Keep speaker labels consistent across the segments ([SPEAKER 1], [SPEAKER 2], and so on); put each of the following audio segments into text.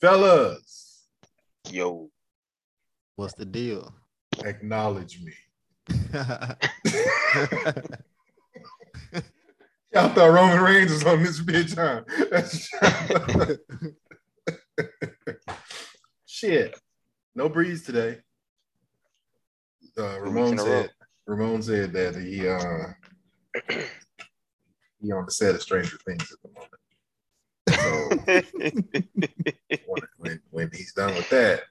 [SPEAKER 1] Fellas,
[SPEAKER 2] Yo,
[SPEAKER 3] What's the deal?
[SPEAKER 1] acknowledge me. Y'all thought Roman Reigns was on this bitch, huh? That's- Shit. No breeze today. Uh, Ramon
[SPEAKER 2] in a row.
[SPEAKER 1] said Ramon said that he uh he on the set of Stranger Things at the moment. So when, when, when he's done with that,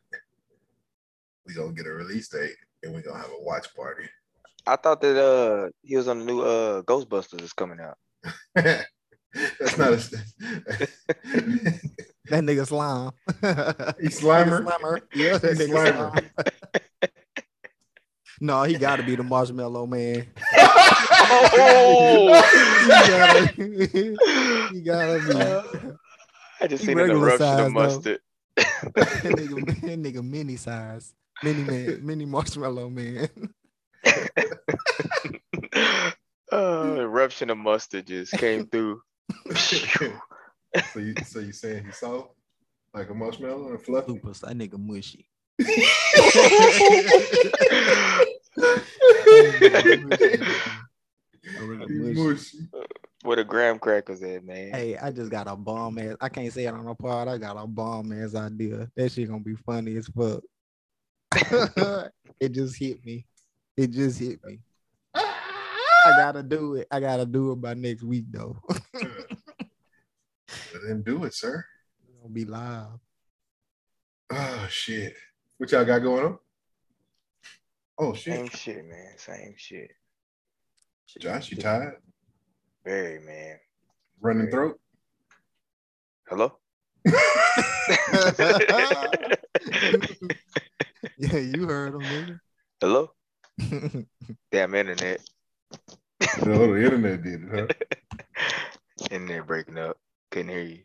[SPEAKER 1] we gonna get a release date and we're gonna have a watch party.
[SPEAKER 2] I thought that uh he was on the new uh Ghostbusters is coming out.
[SPEAKER 1] That's not a
[SPEAKER 3] that nigga slime.
[SPEAKER 1] he's slimer.
[SPEAKER 3] Slimer. Yeah, that
[SPEAKER 1] He's
[SPEAKER 3] nigga slime. no, he gotta be the marshmallow man. He
[SPEAKER 1] Oh.
[SPEAKER 3] gotta, he gotta be.
[SPEAKER 2] I just
[SPEAKER 3] He
[SPEAKER 2] seen an
[SPEAKER 3] regular
[SPEAKER 2] eruption
[SPEAKER 3] size, though.
[SPEAKER 2] of mustard.
[SPEAKER 3] That nigga, that nigga mini size. Mini man, mini marshmallow man.
[SPEAKER 2] Uh, eruption of mustard just came through.
[SPEAKER 1] so you so you saying he's soft? Like a marshmallow and fluffy?
[SPEAKER 3] Lupus, that nigga mushy.
[SPEAKER 1] He's mushy.
[SPEAKER 2] Where the graham crackers at, man?
[SPEAKER 3] Hey, I just got a bomb ass. I can't say it on the pod. I got a bomb ass idea. That shit gonna be funny as fuck. it just hit me. It just hit me. I gotta do it. I gotta do it by next week though.
[SPEAKER 1] Let him do it, sir.
[SPEAKER 3] It's gonna be live.
[SPEAKER 1] Oh shit. What y'all got going on? Oh
[SPEAKER 2] Same
[SPEAKER 1] shit.
[SPEAKER 2] shit, man. Same shit.
[SPEAKER 1] Josh, you tired?
[SPEAKER 2] Very man.
[SPEAKER 1] Running throat?
[SPEAKER 2] Hello.
[SPEAKER 3] yeah, you heard him,
[SPEAKER 2] Hello.
[SPEAKER 3] nigga.
[SPEAKER 2] Damn internet.
[SPEAKER 1] The whole internet did it, huh?
[SPEAKER 2] In there breaking up. Couldn't hear you.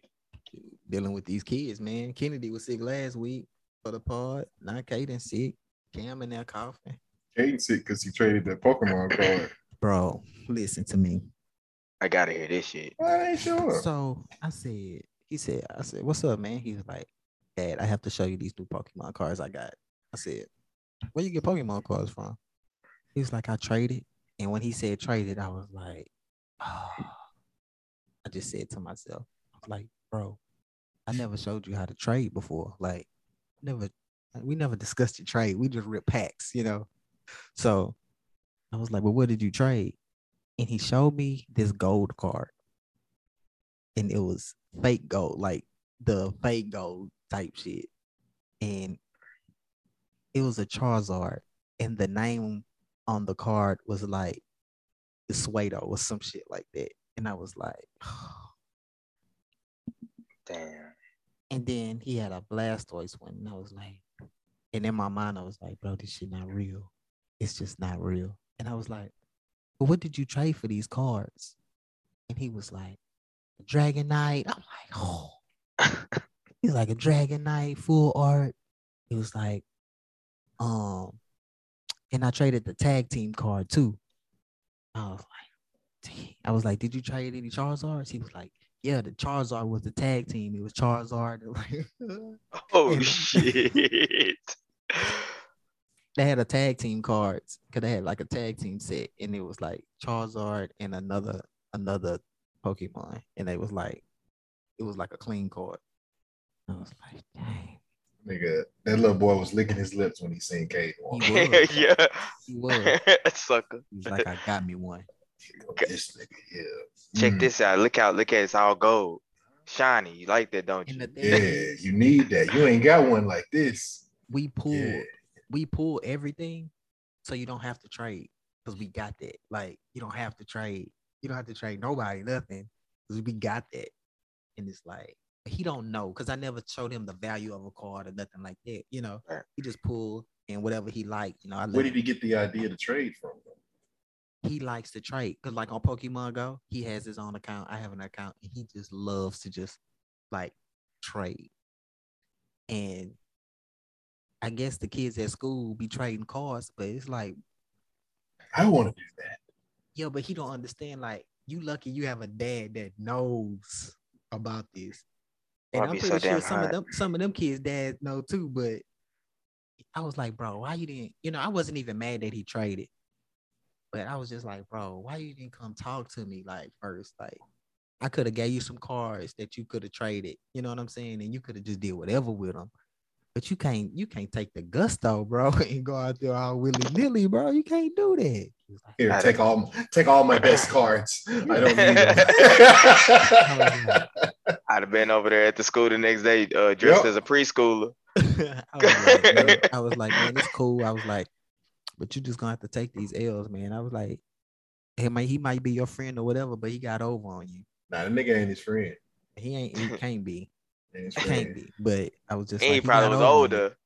[SPEAKER 3] Dealing with these kids, man. Kennedy was sick last week for the pod. Not Caden sick. Cam in there coughing.
[SPEAKER 1] Caden sick because he traded that Pokemon card.
[SPEAKER 3] Bro, listen to me.
[SPEAKER 2] I gotta hear this shit.
[SPEAKER 1] I ain't sure.
[SPEAKER 3] So I said, he said, I said, what's up, man? He was like, Dad, I have to show you these new Pokemon cards I got. I said, where you get Pokemon cards from? He was like, I traded. And when he said traded, I was like, oh. I just said to myself, I was like, bro, I never showed you how to trade before. Like, never, we never discussed your trade. We just ripped packs, you know? So I was like, well, what did you trade? And he showed me this gold card and it was fake gold, like the fake gold type shit. And it was a Charizard, and the name on the card was like Suedo or some shit like that. And I was like,
[SPEAKER 2] Damn.
[SPEAKER 3] and then he had a Blastoise one, and I was like, and in my mind I was like, bro, this shit not real. It's just not real. And I was like, but what did you trade for these cards? And he was like, Dragonite. I'm like, oh. He's like a dragon knight, full art. He was like, um, and I traded the tag team card too. I was like, dang. I was like, did you trade any Charizards? He was like, yeah, the Charizard was the tag team. It was Charizard. and like-
[SPEAKER 2] Oh
[SPEAKER 3] Yeah.
[SPEAKER 2] shit.
[SPEAKER 3] they had a tag team cards because they had like a tag team set, and it was like Charizard and another another Pokemon, and they was like, it was like a clean card. I was like, dang.
[SPEAKER 1] Nigga, that little boy was licking his lips when he seen Caden walk.
[SPEAKER 3] He was.
[SPEAKER 2] yeah.
[SPEAKER 3] He was.
[SPEAKER 2] Sucker.
[SPEAKER 3] He was like, I got me one.
[SPEAKER 1] This nigga, yeah.
[SPEAKER 2] Check
[SPEAKER 1] Mm,
[SPEAKER 2] this out. Look out. Look at it. it's all gold. Shiny. You like that, don't
[SPEAKER 3] And
[SPEAKER 2] you?
[SPEAKER 3] the thing
[SPEAKER 1] Yeah,
[SPEAKER 3] is,
[SPEAKER 1] you need that. You ain't got one like this.
[SPEAKER 3] we pull
[SPEAKER 1] Yeah.
[SPEAKER 3] we pull everything so you don't have to trade because we got that. Like you don't have to trade. You don't have to trade nobody, nothing. Cause we got that. And it's like he don't know because I never showed him the value of a card or nothing like that. You know,
[SPEAKER 2] Right.
[SPEAKER 3] he just pulled and whatever he liked, you know, I
[SPEAKER 1] Where
[SPEAKER 3] let
[SPEAKER 1] did
[SPEAKER 3] him,
[SPEAKER 1] he get the idea to trade from?
[SPEAKER 3] he likes to trade. Cause like on Pokemon Go, he has his own account. I have an account and he just loves to just like trade. And I guess the kids at school be trading cards, but it's like
[SPEAKER 1] I want to do that.
[SPEAKER 3] Yeah, but he don't understand. Like, you lucky you have a dad that knows about this. And
[SPEAKER 2] I'd
[SPEAKER 3] I'm
[SPEAKER 2] be
[SPEAKER 3] pretty
[SPEAKER 2] so
[SPEAKER 3] sure
[SPEAKER 2] damn
[SPEAKER 3] some of
[SPEAKER 2] hot.
[SPEAKER 3] them some of them kids dads know too, but I was like, bro, why you didn't, you know, I wasn't even mad that he traded. But I was just like, bro, why you didn't come talk to me like first? Like I could have gave you some cards that you could have traded. You know what I'm saying? And you could have just did whatever with them. But you can't you can't take the gusto, bro, and go out there all willy-nilly, bro. You can't do that. He was like,
[SPEAKER 1] Here,
[SPEAKER 2] Got
[SPEAKER 1] take all take all my best cards. I don't need
[SPEAKER 3] I
[SPEAKER 1] them.
[SPEAKER 2] I'd have been over there at the school the next day, uh, dressed
[SPEAKER 1] Yep.
[SPEAKER 2] as a preschooler.
[SPEAKER 3] I was like, man- I was like, man, it's cool. I was like, but you just gonna have to take these L's, man. I was like, he might he might be your friend or whatever, but he got over on you.
[SPEAKER 1] nah, the nigga ain't his friend.
[SPEAKER 3] He ain't he can't be.
[SPEAKER 1] Ain't his
[SPEAKER 3] He can't
[SPEAKER 1] friend.
[SPEAKER 3] be. But I was just
[SPEAKER 2] And
[SPEAKER 3] like,
[SPEAKER 2] he
[SPEAKER 3] got
[SPEAKER 2] probably was
[SPEAKER 3] over on you.
[SPEAKER 2] older.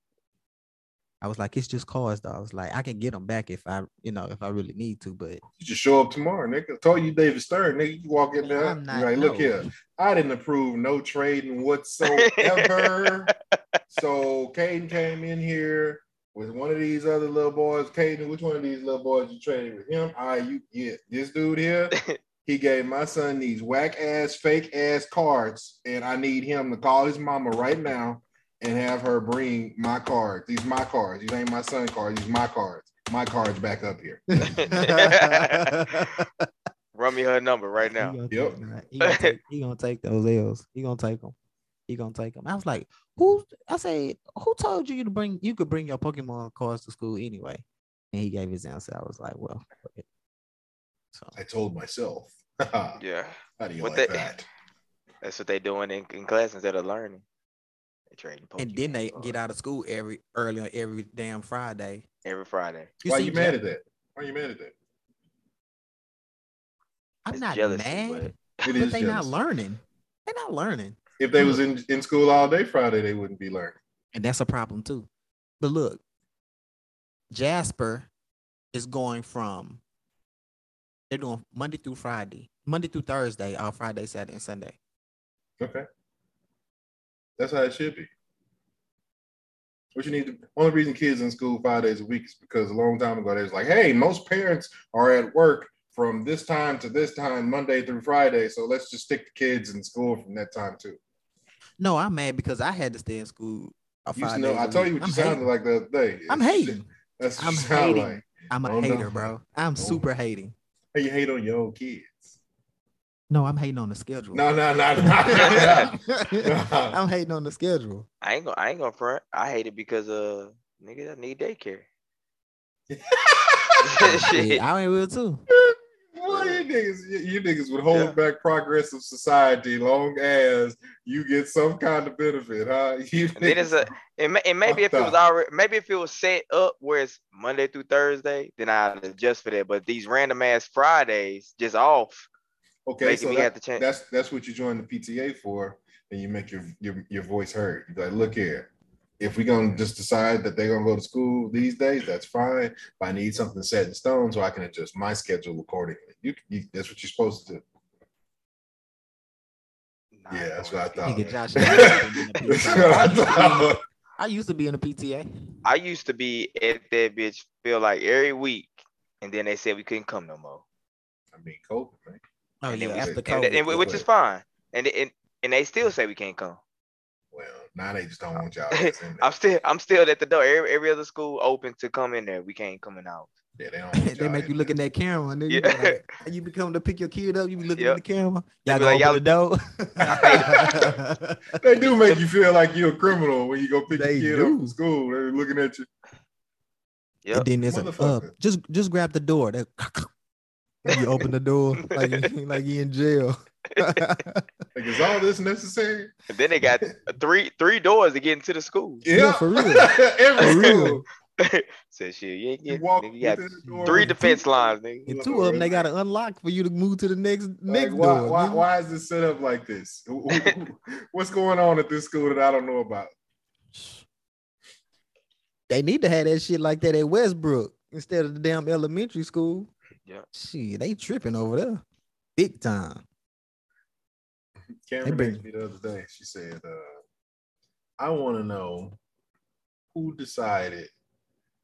[SPEAKER 3] I was like, it's just cars though. I was like, I can get them back if I you know if I really need to, but
[SPEAKER 1] You just show up tomorrow, nigga. Told you David Stern, nigga. You walk in there,
[SPEAKER 3] I'm
[SPEAKER 1] you
[SPEAKER 3] not-
[SPEAKER 1] like, look
[SPEAKER 3] no.
[SPEAKER 1] here. I didn't approve no trading whatsoever. so Caden came in here with one of these other little boys. Caden, which one of these little boys you traded with him? I you yeah, this dude here. He gave my son these whack ass, fake ass cards, and I need him to call his mama right now and have her bring my cards. These my cards. These ain't my son cards. These my cards. My cards back up here.
[SPEAKER 2] Run me her number right
[SPEAKER 3] He
[SPEAKER 2] now.
[SPEAKER 3] gonna
[SPEAKER 1] Yep.
[SPEAKER 3] take- nah, He gonna, take, he gonna take those L's. He gonna take them. He gonna take them. I was like, who? I said, who told you to bring? You could bring your Pokemon cards to school anyway. And he gave his answer. I was like, well, fuck it. so
[SPEAKER 1] I told myself. How
[SPEAKER 2] Yeah,
[SPEAKER 1] do you
[SPEAKER 2] What
[SPEAKER 1] like
[SPEAKER 2] the-
[SPEAKER 1] that? that?
[SPEAKER 2] that's what they doing in, in class instead of learning. They trading Pokemon
[SPEAKER 3] and then they get
[SPEAKER 2] cards uh,
[SPEAKER 3] out of school every early on every damn Friday.
[SPEAKER 2] every Friday.
[SPEAKER 1] Why
[SPEAKER 3] see
[SPEAKER 1] you
[SPEAKER 3] Je-
[SPEAKER 1] mad at that? Why you mad at that?
[SPEAKER 3] I'm
[SPEAKER 2] It's
[SPEAKER 3] not
[SPEAKER 2] jealousy,
[SPEAKER 3] mad,
[SPEAKER 1] It
[SPEAKER 3] but
[SPEAKER 1] is
[SPEAKER 3] they not
[SPEAKER 1] jealousy.
[SPEAKER 3] learning. They not learning,
[SPEAKER 1] If they was in, in school all day Friday, they wouldn't be learning.
[SPEAKER 3] and that's a problem too. But look, Jasper is going from they're doing Monday through Friday, Monday through Thursday, or Friday, Saturday, and Sunday.
[SPEAKER 1] Okay. That's how it should be. What you need to only reason kids in school five days a week is because a long time ago they was like, hey, most parents are at work from this time to this time, Monday through Friday. So let's just stick the kids in school from that time too.
[SPEAKER 3] No, I'm mad because I had to stay in school. uh,
[SPEAKER 1] You
[SPEAKER 3] five
[SPEAKER 1] know,
[SPEAKER 3] days
[SPEAKER 1] I
[SPEAKER 3] a
[SPEAKER 1] told
[SPEAKER 3] week.
[SPEAKER 1] you what
[SPEAKER 3] I'm
[SPEAKER 1] you sounded
[SPEAKER 3] hating.
[SPEAKER 1] like the other day.
[SPEAKER 3] I'm
[SPEAKER 1] It's-
[SPEAKER 3] hating.
[SPEAKER 1] That's what
[SPEAKER 3] I'm
[SPEAKER 1] you sound
[SPEAKER 3] hating.
[SPEAKER 1] like.
[SPEAKER 3] I'm a
[SPEAKER 1] Oh, no.
[SPEAKER 3] hater, bro. I'm super hating.
[SPEAKER 1] Hey, you hate on your own kids.
[SPEAKER 3] No, I'm hating on the schedule.
[SPEAKER 1] No, no, no, no, no. no.
[SPEAKER 3] I'm hating on the schedule.
[SPEAKER 2] I ain't gonna I ain't gonna front. I hate it because uh niggas I need daycare. Shit.
[SPEAKER 3] Yeah, I ain't real too.
[SPEAKER 1] Well, you niggas, you, you niggas would hold
[SPEAKER 2] Yeah.
[SPEAKER 1] back progress of society long as you get some kind of benefit, huh? You
[SPEAKER 2] And then it's a- And, ma- and maybe if it was
[SPEAKER 1] Fucked up.
[SPEAKER 2] already, maybe if it was set up where it's Monday through Thursday, then I'd adjust for that. But these random ass Fridays just off,
[SPEAKER 1] okay,
[SPEAKER 2] making
[SPEAKER 1] so
[SPEAKER 2] me
[SPEAKER 1] that-
[SPEAKER 2] have to change.
[SPEAKER 1] that's that's what you join the PTA for, and you make your your, your voice heard. You're like, look here, if we're gonna just decide that they're gonna go to school these days, that's fine. But I need something set in stone so I can adjust my schedule accordingly. You, you that's what you're supposed to do.
[SPEAKER 2] Nah,
[SPEAKER 1] Yeah, that's
[SPEAKER 2] boy.
[SPEAKER 1] what I thought.
[SPEAKER 3] Nigga, Josh. I used
[SPEAKER 1] That's
[SPEAKER 3] to
[SPEAKER 1] what
[SPEAKER 3] be in a
[SPEAKER 1] I
[SPEAKER 3] PTA.
[SPEAKER 1] thought.
[SPEAKER 3] I used to be in a PTA.
[SPEAKER 2] I used to be at that bitch feel like every week, and then they said we couldn't come no more.
[SPEAKER 1] I mean, COVID, man.
[SPEAKER 3] Oh
[SPEAKER 2] And
[SPEAKER 3] yeah,
[SPEAKER 2] then we-
[SPEAKER 3] after
[SPEAKER 2] And,
[SPEAKER 3] COVID,
[SPEAKER 2] th- and
[SPEAKER 1] yeah.
[SPEAKER 2] which is fine. And, and and they still say we can't come.
[SPEAKER 1] Well, now they just don't want y'all. ass in there.
[SPEAKER 2] I'm still I'm still at the door. Every, every other school open to come in there. We can't come in out.
[SPEAKER 1] Yeah, they, don't want
[SPEAKER 3] they
[SPEAKER 1] y'all
[SPEAKER 3] make you
[SPEAKER 1] in
[SPEAKER 3] look
[SPEAKER 1] there.
[SPEAKER 3] in that camera, and then you,
[SPEAKER 2] Yeah.
[SPEAKER 3] be like, you become to pick your kid up. You be looking
[SPEAKER 2] Yep.
[SPEAKER 3] at the camera.
[SPEAKER 2] They
[SPEAKER 3] Y'all
[SPEAKER 2] be
[SPEAKER 3] gonna
[SPEAKER 2] like,
[SPEAKER 3] open the door.
[SPEAKER 1] They do make you feel like you're a criminal when you go pick
[SPEAKER 3] They
[SPEAKER 1] your kid
[SPEAKER 3] do.
[SPEAKER 1] up from school. They're looking at you.
[SPEAKER 3] And
[SPEAKER 2] Yep.
[SPEAKER 3] then there's a uh,
[SPEAKER 1] Motherfucker.
[SPEAKER 3] just just grab the door. That you open the door like you, like you in jail.
[SPEAKER 1] Like, is all this necessary?
[SPEAKER 2] And then they got three three doors to get into the school.
[SPEAKER 1] Yeah,
[SPEAKER 3] for real.
[SPEAKER 1] Every
[SPEAKER 3] For
[SPEAKER 1] school.
[SPEAKER 3] real.
[SPEAKER 2] Said shit, you ain't
[SPEAKER 1] You
[SPEAKER 2] get.
[SPEAKER 1] walk
[SPEAKER 2] nigga, you got
[SPEAKER 1] within the door.
[SPEAKER 2] three defense lines, nigga.
[SPEAKER 3] and two of them they gotta unlock for you to move to the next
[SPEAKER 1] Like,
[SPEAKER 3] next
[SPEAKER 1] why,
[SPEAKER 3] door.
[SPEAKER 1] why,
[SPEAKER 3] nigga.
[SPEAKER 1] why is this set up like this? Who- who- who- What's going on at this school that I don't know about?
[SPEAKER 3] They need to have that shit like that at Westbrook instead of the damn elementary school.
[SPEAKER 2] Yeah.
[SPEAKER 3] Shit, they tripping over there. Big time.
[SPEAKER 1] Cameron
[SPEAKER 3] They bring-
[SPEAKER 1] asked me the other day. She said, uh, "I want to know who decided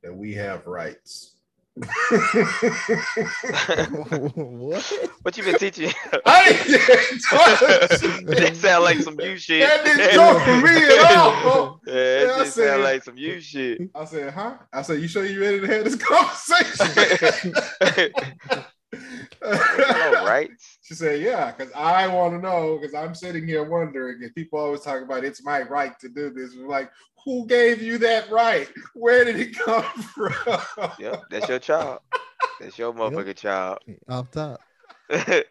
[SPEAKER 1] that we have rights
[SPEAKER 3] what?
[SPEAKER 2] What you been teaching?
[SPEAKER 1] I didn't talk
[SPEAKER 2] that sound like some you shit.
[SPEAKER 1] That didn't come from me at all.
[SPEAKER 2] Yeah,
[SPEAKER 1] Yeah,
[SPEAKER 2] that
[SPEAKER 1] I
[SPEAKER 2] just
[SPEAKER 1] said-
[SPEAKER 2] sound like some you shit.
[SPEAKER 1] I said, huh? I said, you sure you ready to have this conversation?
[SPEAKER 2] All right.
[SPEAKER 1] She said, yeah, because I want to know, because I'm sitting here wondering, and people always talk about it's my right to do this. We're like, who gave you that right? Where did it come from?
[SPEAKER 2] Yep, that's your child. That's your motherfucking child.
[SPEAKER 3] Off top. Like,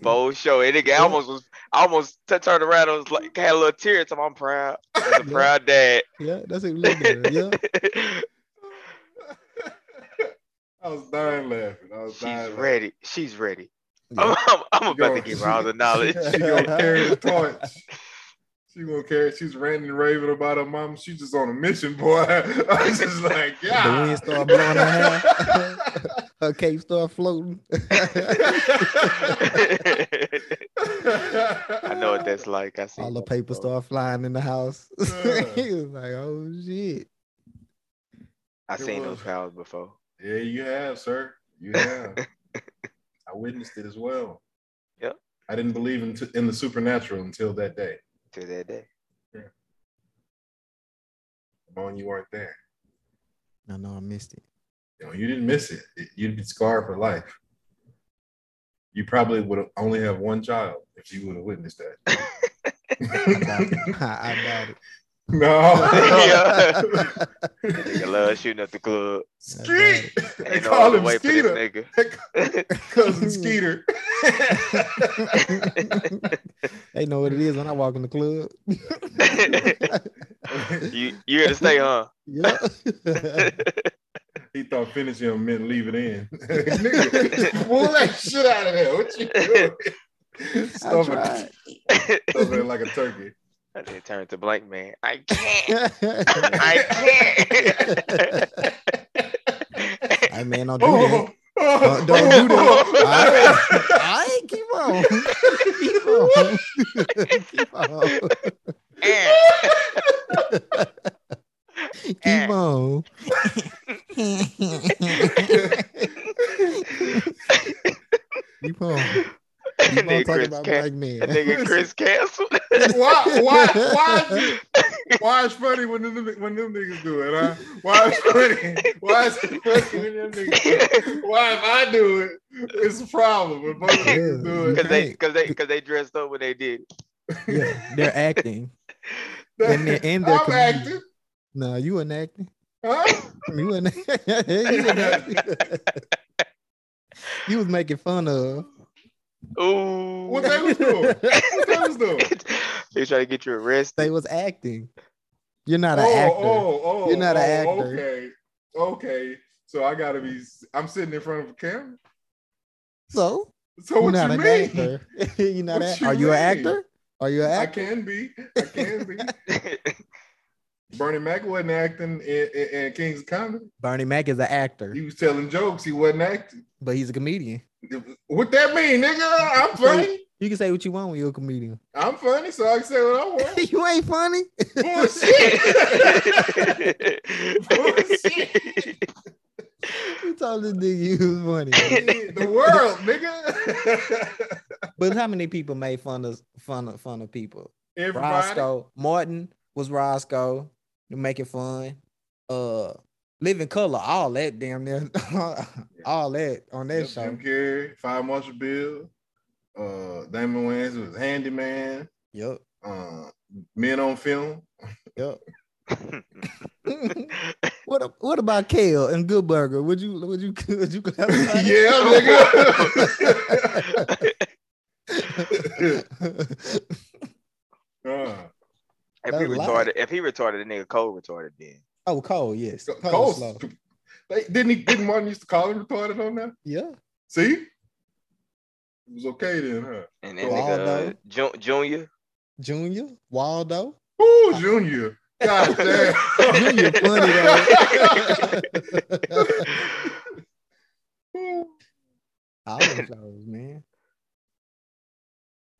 [SPEAKER 2] Bold show. And it
[SPEAKER 3] Yeah.
[SPEAKER 2] almost was I almost t- turned around and was like had a little tear. So I'm proud. As a
[SPEAKER 3] Yeah.
[SPEAKER 2] proud dad.
[SPEAKER 3] yeah, that's it. Yeah.
[SPEAKER 1] I was dying laughing. I was dying
[SPEAKER 2] She's
[SPEAKER 1] laughing.
[SPEAKER 2] ready. She's ready.
[SPEAKER 3] yeah.
[SPEAKER 2] I'm, I'm, I'm
[SPEAKER 1] You
[SPEAKER 2] about to
[SPEAKER 1] gonna-
[SPEAKER 2] give her all the knowledge.
[SPEAKER 1] She gonna carry the torch. She gonna carry. She's ranting and raving about her mom. She's just on a mission, boy. I was just like,
[SPEAKER 3] The
[SPEAKER 1] yeah.
[SPEAKER 3] wind started blowing her hair. her cape started floating.
[SPEAKER 2] I know what that's like. I see.
[SPEAKER 3] All the paper started flying in the house. he was like, oh shit.
[SPEAKER 2] I
[SPEAKER 1] It
[SPEAKER 2] seen
[SPEAKER 1] was.
[SPEAKER 2] those powers before.
[SPEAKER 1] Yeah, you have, sir. You have. I witnessed it as well.
[SPEAKER 2] Yep.
[SPEAKER 1] I didn't believe in, in the supernatural until that day.
[SPEAKER 2] To that day.
[SPEAKER 1] Ramon, you weren't there.
[SPEAKER 3] I know I missed it.
[SPEAKER 1] You know, you didn't miss it. It- You'd be scarred for life. You probably would only have one child if you would have witnessed
[SPEAKER 3] I doubt
[SPEAKER 1] that.
[SPEAKER 3] it. I doubt it.
[SPEAKER 1] no.
[SPEAKER 2] Yeah. Nigga love shooting up the club.
[SPEAKER 1] Skeet. They
[SPEAKER 2] Ain't no
[SPEAKER 1] call
[SPEAKER 2] other
[SPEAKER 1] him
[SPEAKER 2] way for this
[SPEAKER 1] Skeeter.
[SPEAKER 2] nigga.
[SPEAKER 1] Cousin Skeeter.
[SPEAKER 3] they know what it is when I walk in the club.
[SPEAKER 2] you you here to stay, huh?
[SPEAKER 3] yeah.
[SPEAKER 1] he thought finishing him meant leave it in. Nigga, just pull that shit out of there. What you doing?
[SPEAKER 3] I
[SPEAKER 1] Stuff it,
[SPEAKER 3] tried.
[SPEAKER 1] stuff it like a turkey.
[SPEAKER 2] I did turn to blank man. I can't.
[SPEAKER 3] I,
[SPEAKER 2] I can't.
[SPEAKER 3] man, don't do that.
[SPEAKER 1] Oh, oh,
[SPEAKER 3] Don't- don't do
[SPEAKER 1] oh,
[SPEAKER 3] that. I ain't keep on. keep on. keep on.
[SPEAKER 2] Eh,
[SPEAKER 3] Keep on. keep on. Keep on
[SPEAKER 2] nigga,
[SPEAKER 3] talking
[SPEAKER 2] Chris
[SPEAKER 3] about
[SPEAKER 2] Ca-
[SPEAKER 3] black men.
[SPEAKER 2] nigga Chris canceled.
[SPEAKER 1] why, why, why, is it- why is funny when them, when them niggas do it, huh? Why is funny? Why is it funny when them niggas do it? Why if I do it, it's a problem. When both niggas do it,
[SPEAKER 2] Cause they, cause they, cause they dressed up when they did.
[SPEAKER 3] Yeah, they're acting.
[SPEAKER 1] That-
[SPEAKER 3] And they're- and they're
[SPEAKER 1] I'm
[SPEAKER 3] comedians.
[SPEAKER 1] acting.
[SPEAKER 3] No, you an acting.
[SPEAKER 1] Huh?
[SPEAKER 3] You were na- you, were na- you was making fun of.
[SPEAKER 2] Ooh,
[SPEAKER 1] What they was doing? What they was doing?
[SPEAKER 2] they trying to get you arrested.
[SPEAKER 3] They was acting. You're not
[SPEAKER 1] oh,
[SPEAKER 3] an actor.
[SPEAKER 1] oh, oh,
[SPEAKER 3] You're not
[SPEAKER 1] oh,
[SPEAKER 3] an actor.
[SPEAKER 1] Okay, okay. So I gotta be. I'm sitting in front of a camera.
[SPEAKER 3] So
[SPEAKER 1] So
[SPEAKER 3] you're
[SPEAKER 1] what
[SPEAKER 3] not
[SPEAKER 1] you
[SPEAKER 3] an
[SPEAKER 1] mean?
[SPEAKER 3] actor. you're not.
[SPEAKER 1] What
[SPEAKER 3] An-
[SPEAKER 1] you
[SPEAKER 3] are you an
[SPEAKER 1] mean?
[SPEAKER 3] actor? Are you an
[SPEAKER 1] I
[SPEAKER 3] actor?
[SPEAKER 1] can be. I can be. Bernie Mac wasn't acting in, in, in King's Comedy.
[SPEAKER 3] Bernie Mac is an actor,
[SPEAKER 1] He was telling jokes. He wasn't acting.
[SPEAKER 3] but he's a comedian.
[SPEAKER 1] What that mean, nigga? I'm funny.
[SPEAKER 3] You can say what you want when you're a comedian.
[SPEAKER 1] I'm funny, so I can say what I want.
[SPEAKER 3] you ain't funny.
[SPEAKER 1] Bullshit.
[SPEAKER 3] you told this nigga you was funny.
[SPEAKER 1] the world, nigga.
[SPEAKER 3] But how many people made fun of fun of fun of people?
[SPEAKER 1] Everybody.
[SPEAKER 3] Roscoe Martin was Roscoe, making fun. Uh, Living Color, all that damn near, all that on that
[SPEAKER 1] Yep,
[SPEAKER 3] show.
[SPEAKER 1] Jim Carrey, Five Marshall Bill, uh, Damon Wayans was Handyman,
[SPEAKER 3] Yep,
[SPEAKER 1] uh, Men on Film.
[SPEAKER 3] what a- what about Kale and Good Burger? Would you would you would you
[SPEAKER 1] yeah,
[SPEAKER 3] classify that?
[SPEAKER 1] nigga. uh,
[SPEAKER 2] if
[SPEAKER 3] That's
[SPEAKER 2] he
[SPEAKER 3] a lot.
[SPEAKER 2] retarded, if he retarded, the nigga Cole retarded then.
[SPEAKER 3] oh, Cole, yes, Cole,
[SPEAKER 1] Cole-
[SPEAKER 3] slow.
[SPEAKER 1] they, didn't he? Didn't Martin used to call him retarded on that?
[SPEAKER 3] yeah.
[SPEAKER 1] See, it was okay then, huh?
[SPEAKER 2] And then
[SPEAKER 3] Well, I don't
[SPEAKER 2] nigga uh,
[SPEAKER 3] know.
[SPEAKER 2] Ju- Junior,
[SPEAKER 3] Junior Waldo,
[SPEAKER 1] Ooh, Junior. God damn.
[SPEAKER 3] Junior funny though. all them shows, man.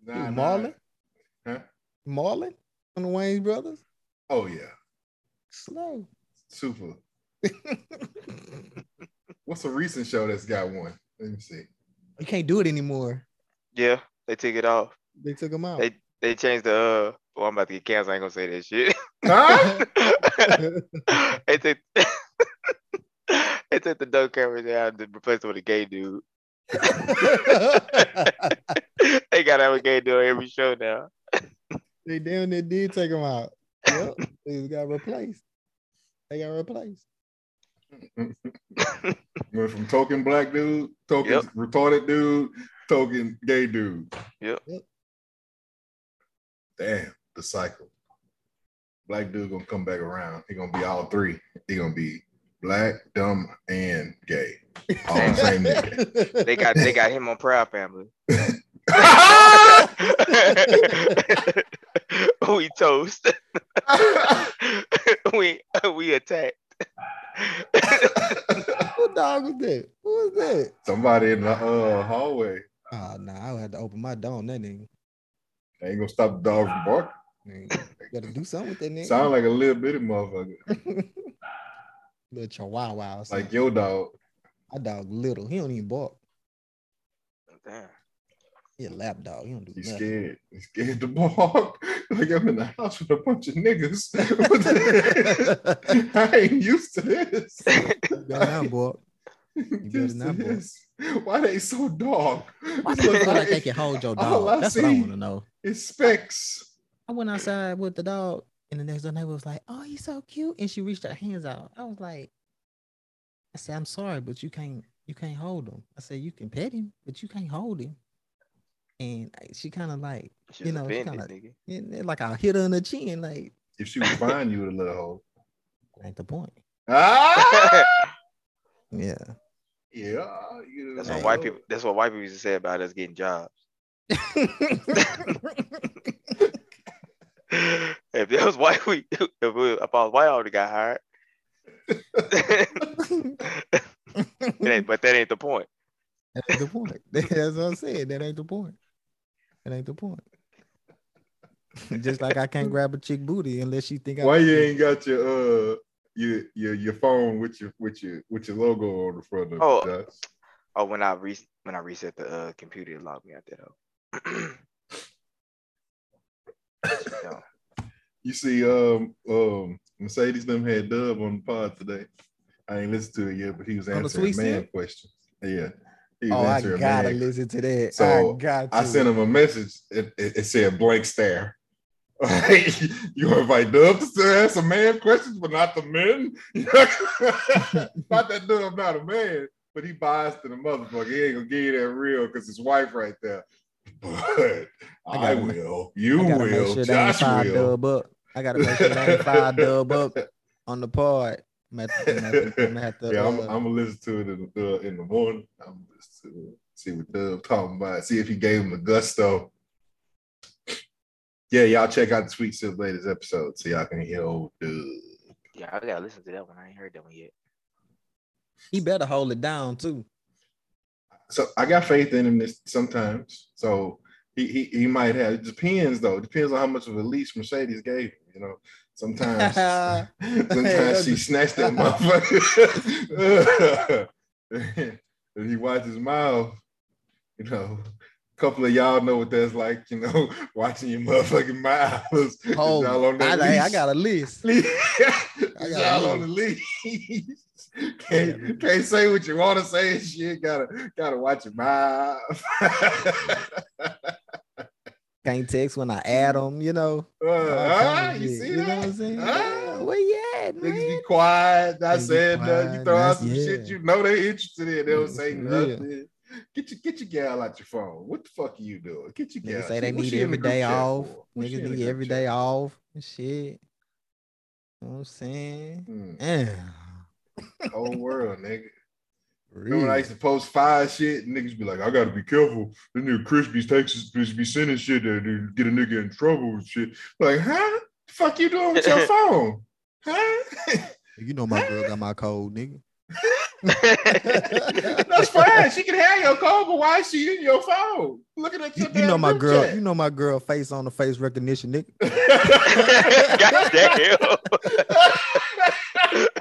[SPEAKER 1] Nah, nah.
[SPEAKER 3] Marlon?
[SPEAKER 1] Huh?
[SPEAKER 3] Marlon from the Wayne Brothers,
[SPEAKER 1] Oh yeah,
[SPEAKER 3] slow.
[SPEAKER 1] super. What's a recent show that's got one? Let me see.
[SPEAKER 3] You can't do it anymore.
[SPEAKER 2] Yeah, they took it off.
[SPEAKER 3] They took them out.
[SPEAKER 2] They they changed the uh well I'm about to get canceled, I ain't gonna say that shit.
[SPEAKER 1] Huh?
[SPEAKER 2] they took they took the dope cameras out and replaced it with a gay dude. they gotta have a gay dude on every show now.
[SPEAKER 3] they damn near did take them out. Yep. they got replaced. They got replaced.
[SPEAKER 1] Went from token black dude, token
[SPEAKER 2] Yep.
[SPEAKER 1] retarded dude, token gay dude.
[SPEAKER 2] Yep.
[SPEAKER 3] Yep.
[SPEAKER 1] Damn, the cycle. Black dude gonna come back around. He gonna be all three. He gonna be black, dumb, and gay. All the same nigga.
[SPEAKER 2] They got they got him on Proud Family. we toast. we we attack.
[SPEAKER 3] What dog was that? Who was that?
[SPEAKER 1] Somebody in the uh, hallway.
[SPEAKER 3] Oh no, I would have to open my door on that nigga.
[SPEAKER 1] They ain't gonna stop the dog from barking.
[SPEAKER 3] Nigga, You gotta do something with that nigga.
[SPEAKER 1] Sound like a little bitty motherfucker,
[SPEAKER 3] little chihuahua. Or something.
[SPEAKER 1] like your dog.
[SPEAKER 3] my dog little. He don't even bark.
[SPEAKER 2] Damn.
[SPEAKER 3] He a lap dog. He don't do
[SPEAKER 1] He's
[SPEAKER 3] nothing.
[SPEAKER 1] scared. He's scared to bark. like I'm in the house with a bunch of niggas. I ain't used to this.
[SPEAKER 3] You better not bark. better
[SPEAKER 1] used to
[SPEAKER 3] not bark.
[SPEAKER 1] this. Why they so dog?
[SPEAKER 3] Why
[SPEAKER 1] It's
[SPEAKER 3] do you feel
[SPEAKER 1] like-
[SPEAKER 3] like they can hold your
[SPEAKER 1] all I
[SPEAKER 3] dog? That's what I
[SPEAKER 1] see-
[SPEAKER 3] want to know.
[SPEAKER 1] It's specs.
[SPEAKER 3] I went outside with the dog, and the next door neighbor was like, "Oh, he's so cute," and she reached her hands out. I was like, "I said, I'm sorry, but you can't, you can't hold him." I said, "You can pet him, but you can't hold him." And I- she kind of like,
[SPEAKER 2] She's
[SPEAKER 3] You know, it's
[SPEAKER 2] offended,
[SPEAKER 3] kinda-
[SPEAKER 2] nigga.
[SPEAKER 3] and then, like I hit her in the chin, like
[SPEAKER 1] If she would find you, the little hoe.
[SPEAKER 3] ain't the point.
[SPEAKER 1] Ah,
[SPEAKER 3] Yeah,
[SPEAKER 1] yeah. you
[SPEAKER 2] That's
[SPEAKER 1] know.
[SPEAKER 2] what white people. That's what white people used to say about us getting jobs. if that was white, we if, we, if I was white, I would have got hired. It ain't- but that ain't the point.
[SPEAKER 3] That ain't the point. That's what I'm saying. That ain't the point. That ain't the point. Just like I can't grab a chick booty unless she think I
[SPEAKER 1] Why you ain't got your uh your your your phone with your with your with your logo on the front of it?
[SPEAKER 2] Oh.
[SPEAKER 1] Josh?
[SPEAKER 2] Oh, when I re- when I reset the uh, computer, it locked me out that hole. Yo,
[SPEAKER 1] You see, um, um, Mercedes them had Dub on the pod today. I ain't listened to it yet, but he was
[SPEAKER 3] On the
[SPEAKER 1] answering
[SPEAKER 3] sweet
[SPEAKER 1] man
[SPEAKER 3] seat?
[SPEAKER 1] questions. Yeah, he was
[SPEAKER 3] Oh, I
[SPEAKER 1] answering
[SPEAKER 3] gotta
[SPEAKER 1] man.
[SPEAKER 3] listen to that.
[SPEAKER 1] So,
[SPEAKER 3] I got to.
[SPEAKER 1] I sent him a message. It, it, it said blank stare. you gonna invite Dub to answer man questions, but not the men. not that Dub not a man, but he biased to the motherfucker. He ain't gonna give you that real because his wife right there. But
[SPEAKER 3] I
[SPEAKER 1] I,
[SPEAKER 3] gotta-
[SPEAKER 1] will.
[SPEAKER 3] I
[SPEAKER 1] You
[SPEAKER 3] gotta make
[SPEAKER 1] will.
[SPEAKER 3] sure they ain't
[SPEAKER 1] Josh
[SPEAKER 3] five
[SPEAKER 1] will.
[SPEAKER 3] dub up. I gotta make sure they ain't five dub up on the pod. I'm gonna have to- I'm gonna have to- I'm gonna have to,
[SPEAKER 1] Yeah, I'm,
[SPEAKER 3] uh,
[SPEAKER 1] I'm gonna listen to it in the, uh, in the morning. I'm gonna listen to it, see what Dub talking about. See if he gave him the gusto. Yeah, y'all check out the Sweet Sip latest episode so y'all can hear old Dub.
[SPEAKER 2] yeah, I gotta listen to that one. I ain't heard that one yet.
[SPEAKER 3] he better hold it down too.
[SPEAKER 1] So I got faith in him this sometimes. So he he, he might have. It depends though. It depends on how much of a leash Mercedes gave him. You know, sometimes sometimes she snatched that motherfucker. and he watches his mouth. You know, a couple of y'all know what that's like. You know, watching your motherfucking mouths. It's
[SPEAKER 3] Hold.
[SPEAKER 1] all on
[SPEAKER 3] Oh, I,
[SPEAKER 1] that
[SPEAKER 3] hey, I
[SPEAKER 1] leash.
[SPEAKER 3] got a list. I
[SPEAKER 1] It's
[SPEAKER 3] got
[SPEAKER 1] all
[SPEAKER 3] a
[SPEAKER 1] on the leash. Can't, can't say what you want to say and shit. Gotta gotta watch your mouth.
[SPEAKER 3] Can't text when I add them. You know. All
[SPEAKER 1] Ah,
[SPEAKER 3] kinds of
[SPEAKER 1] you
[SPEAKER 3] shit,
[SPEAKER 1] see
[SPEAKER 3] you know what I'm
[SPEAKER 1] that?
[SPEAKER 3] saying?
[SPEAKER 1] Ah.
[SPEAKER 3] Yeah, where you at,
[SPEAKER 1] Niggas
[SPEAKER 3] man?
[SPEAKER 1] be quiet,
[SPEAKER 3] They
[SPEAKER 1] not
[SPEAKER 3] be
[SPEAKER 1] saying nothing. You
[SPEAKER 3] quiet,
[SPEAKER 1] throw out
[SPEAKER 3] that's-
[SPEAKER 1] some
[SPEAKER 3] yeah.
[SPEAKER 1] shit you know they interested in. They
[SPEAKER 3] Yeah,
[SPEAKER 1] don't say
[SPEAKER 3] for real.
[SPEAKER 1] nothing. Get your get your gal out your phone. What the fuck are you doing? Get your gal.
[SPEAKER 3] Niggas say they
[SPEAKER 1] She- what
[SPEAKER 3] need
[SPEAKER 1] she in the
[SPEAKER 3] every
[SPEAKER 1] group
[SPEAKER 3] day
[SPEAKER 1] chat
[SPEAKER 3] off.
[SPEAKER 1] for? What she
[SPEAKER 3] Niggas
[SPEAKER 1] in the
[SPEAKER 3] need
[SPEAKER 1] group
[SPEAKER 3] every
[SPEAKER 1] chat
[SPEAKER 3] day
[SPEAKER 1] for?
[SPEAKER 3] off and shit. You know what I'm saying?
[SPEAKER 1] Hmm,
[SPEAKER 3] Damn.
[SPEAKER 1] whole world, nigga. Remember when I
[SPEAKER 3] Real.
[SPEAKER 1] used to post fire shit? Niggas be like, I gotta be careful. The nigga Crispy's Texas bitch be sending shit that to get a nigga in trouble and shit. Like, huh? The fuck you doing with your phone? Huh?
[SPEAKER 3] You know my girl got my code, nigga.
[SPEAKER 1] That's fine. She can have your code, but why is she in your phone? Looking at
[SPEAKER 3] You,
[SPEAKER 1] your
[SPEAKER 3] you know
[SPEAKER 1] damn
[SPEAKER 3] my
[SPEAKER 1] group
[SPEAKER 3] girl.
[SPEAKER 1] chat.
[SPEAKER 3] You know my girl face on the face recognition, nigga.
[SPEAKER 2] God damn.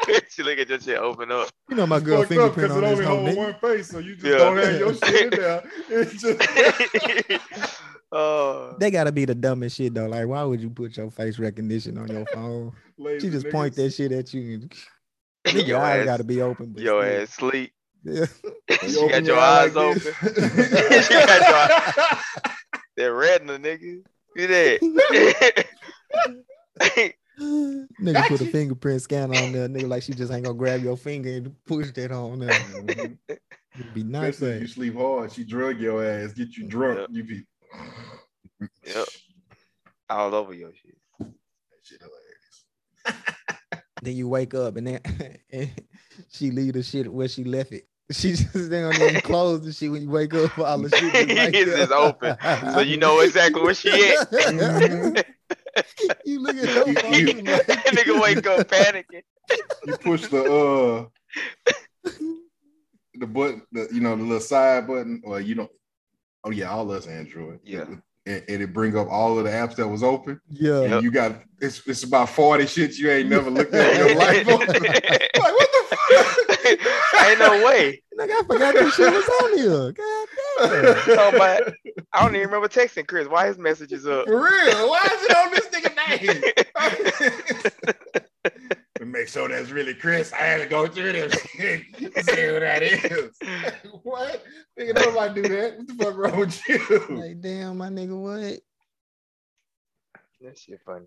[SPEAKER 2] Bitch, she look at your shit open up.
[SPEAKER 3] You know my girl
[SPEAKER 1] Fucked up
[SPEAKER 3] fingerprint
[SPEAKER 1] because it
[SPEAKER 3] on this
[SPEAKER 1] only
[SPEAKER 3] hoe,
[SPEAKER 1] holds
[SPEAKER 3] nigga.
[SPEAKER 1] one face, so you just
[SPEAKER 2] Yeah.
[SPEAKER 1] don't have your shit in there. It's just
[SPEAKER 2] oh,
[SPEAKER 3] They gotta be the dumbest shit though. Like, why would you put your face recognition on your phone? She
[SPEAKER 1] Lazy
[SPEAKER 3] just point
[SPEAKER 1] niggas.
[SPEAKER 3] that shit at you. And
[SPEAKER 2] your,
[SPEAKER 3] your, eyes
[SPEAKER 2] ass,
[SPEAKER 3] gotta be open. but
[SPEAKER 2] your ass
[SPEAKER 3] still.
[SPEAKER 2] sleep.
[SPEAKER 3] Yeah.
[SPEAKER 1] You
[SPEAKER 2] you
[SPEAKER 1] open
[SPEAKER 2] got your
[SPEAKER 1] eye
[SPEAKER 2] eyes
[SPEAKER 1] like
[SPEAKER 2] open.
[SPEAKER 1] this.
[SPEAKER 2] You got They're retina, nigga. See that?
[SPEAKER 3] nigga
[SPEAKER 1] Got
[SPEAKER 3] put a
[SPEAKER 1] you.
[SPEAKER 3] fingerprint scanner on there. Nigga, like she just ain't gonna grab your finger and push that on there.
[SPEAKER 1] Mhm.
[SPEAKER 3] It'd be nice.
[SPEAKER 1] Especially if you
[SPEAKER 3] eh?
[SPEAKER 1] sleep hard, she drug your ass, get you drunk,
[SPEAKER 2] Yeah.
[SPEAKER 1] you be
[SPEAKER 2] Yep. All over your shit.
[SPEAKER 1] That shit hilarious.
[SPEAKER 3] Then you wake up and then and she leave the shit where she left it. She just they don't even close the shit when you wake up. All the shit is right
[SPEAKER 2] It's
[SPEAKER 3] there.
[SPEAKER 2] just open, So you know exactly where she at.
[SPEAKER 1] Mhm.
[SPEAKER 3] you look at her
[SPEAKER 1] You-
[SPEAKER 3] phone,
[SPEAKER 1] you-
[SPEAKER 3] like-
[SPEAKER 2] nigga wake up panicking.
[SPEAKER 1] You push the uh the button, the, you know, the little side button, or you know, oh yeah, all us Android.
[SPEAKER 2] Yeah.
[SPEAKER 1] And, and it bring up all of the apps that was open.
[SPEAKER 3] Yeah.
[SPEAKER 1] And
[SPEAKER 2] Yep.
[SPEAKER 1] you got it's it's about 40 shit you ain't never looked at in your life. like, what the fuck?
[SPEAKER 2] Ain't no way.
[SPEAKER 3] Nigga, I forgot this shit was on here. God damn.
[SPEAKER 2] Talking about- I don't even remember texting Chris. Why his message is up?
[SPEAKER 1] For real? Why is it on this nigga name? Make sure that's really Chris. I had to go through this. See who that is. what? Nigga, nobody do that. What the fuck wrong with you?
[SPEAKER 3] Like, damn, my nigga, what?
[SPEAKER 2] That shit funny.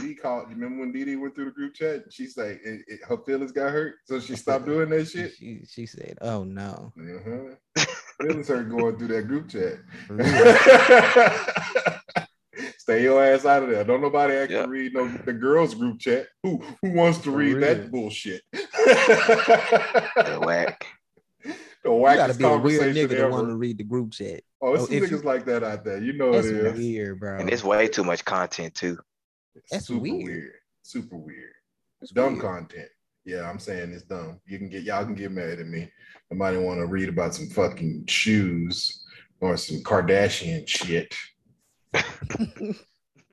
[SPEAKER 1] Dee called. You remember when Dee Dee went through the group chat? She's like, it, it- her feelings got hurt, so she stopped doing that shit.
[SPEAKER 3] She, she said, oh no.
[SPEAKER 1] Uh-huh. Feelings hurt going through that group chat.
[SPEAKER 3] Really?
[SPEAKER 1] Stay your ass out of there. Don't nobody actually
[SPEAKER 2] Yeah.
[SPEAKER 1] read no the girls group chat. Who who wants to
[SPEAKER 3] For
[SPEAKER 1] read
[SPEAKER 3] real.
[SPEAKER 1] that bullshit?
[SPEAKER 2] That whack.
[SPEAKER 1] the
[SPEAKER 3] You gotta
[SPEAKER 1] wackest
[SPEAKER 3] be a weird
[SPEAKER 1] conversation
[SPEAKER 3] nigga to want to
[SPEAKER 1] ever.
[SPEAKER 3] read the group chat.
[SPEAKER 1] Oh, it's
[SPEAKER 3] Oh,
[SPEAKER 1] some
[SPEAKER 3] if
[SPEAKER 1] niggas
[SPEAKER 3] you-
[SPEAKER 1] like that out there. You know
[SPEAKER 3] That's
[SPEAKER 1] it is.
[SPEAKER 3] weird, bro.
[SPEAKER 2] And it's way too much content too.
[SPEAKER 1] It's
[SPEAKER 3] That's
[SPEAKER 1] super
[SPEAKER 3] weird.
[SPEAKER 1] weird. Super weird.
[SPEAKER 3] That's
[SPEAKER 1] dumb
[SPEAKER 3] weird.
[SPEAKER 1] content. Yeah, I'm saying it's dumb. You can get y'all can get mad at me. Somebody want to read about some fucking shoes or some Kardashian shit.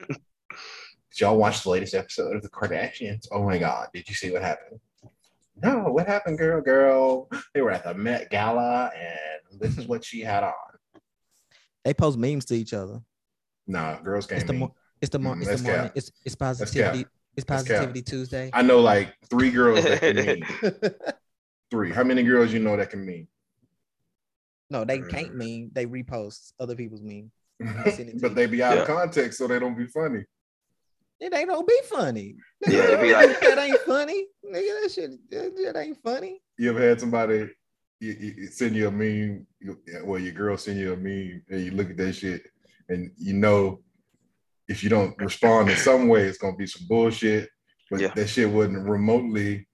[SPEAKER 1] Did y'all watch the latest episode of the Kardashians? Oh my god, did you see what happened? No, what happened, girl? Girl, they were at the Met Gala, and this is what she had on.
[SPEAKER 3] They post memes to each other.
[SPEAKER 1] Nah, girls can't.
[SPEAKER 3] It's the
[SPEAKER 1] meet.
[SPEAKER 3] mo- it's the more
[SPEAKER 1] Mm,
[SPEAKER 3] it's
[SPEAKER 1] that's
[SPEAKER 3] the morning.
[SPEAKER 1] cap.
[SPEAKER 3] It's it's
[SPEAKER 1] cap.
[SPEAKER 3] positivity. It's
[SPEAKER 1] That's cap.
[SPEAKER 3] positivity Tuesday.
[SPEAKER 1] I know like three girls that can meet. Three. How many girls you know that can meet?
[SPEAKER 3] no, they
[SPEAKER 1] Mm.
[SPEAKER 3] can't meme. They repost other people's meme. seen it too.
[SPEAKER 1] but they be out
[SPEAKER 2] Yeah.
[SPEAKER 1] of context, so they don't be funny.
[SPEAKER 3] It ain't gonna be funny. Nigga,
[SPEAKER 2] Yeah, it be like-
[SPEAKER 3] that ain't funny. Nigga, that shit that shit ain't funny.
[SPEAKER 1] you ever had somebody you, you- you send you a meme, you, well, your girl send you a meme, and you look at that shit, and you know if you don't respond in some way, it's gonna be some bullshit. But
[SPEAKER 2] Yeah.
[SPEAKER 1] that shit wasn't remotely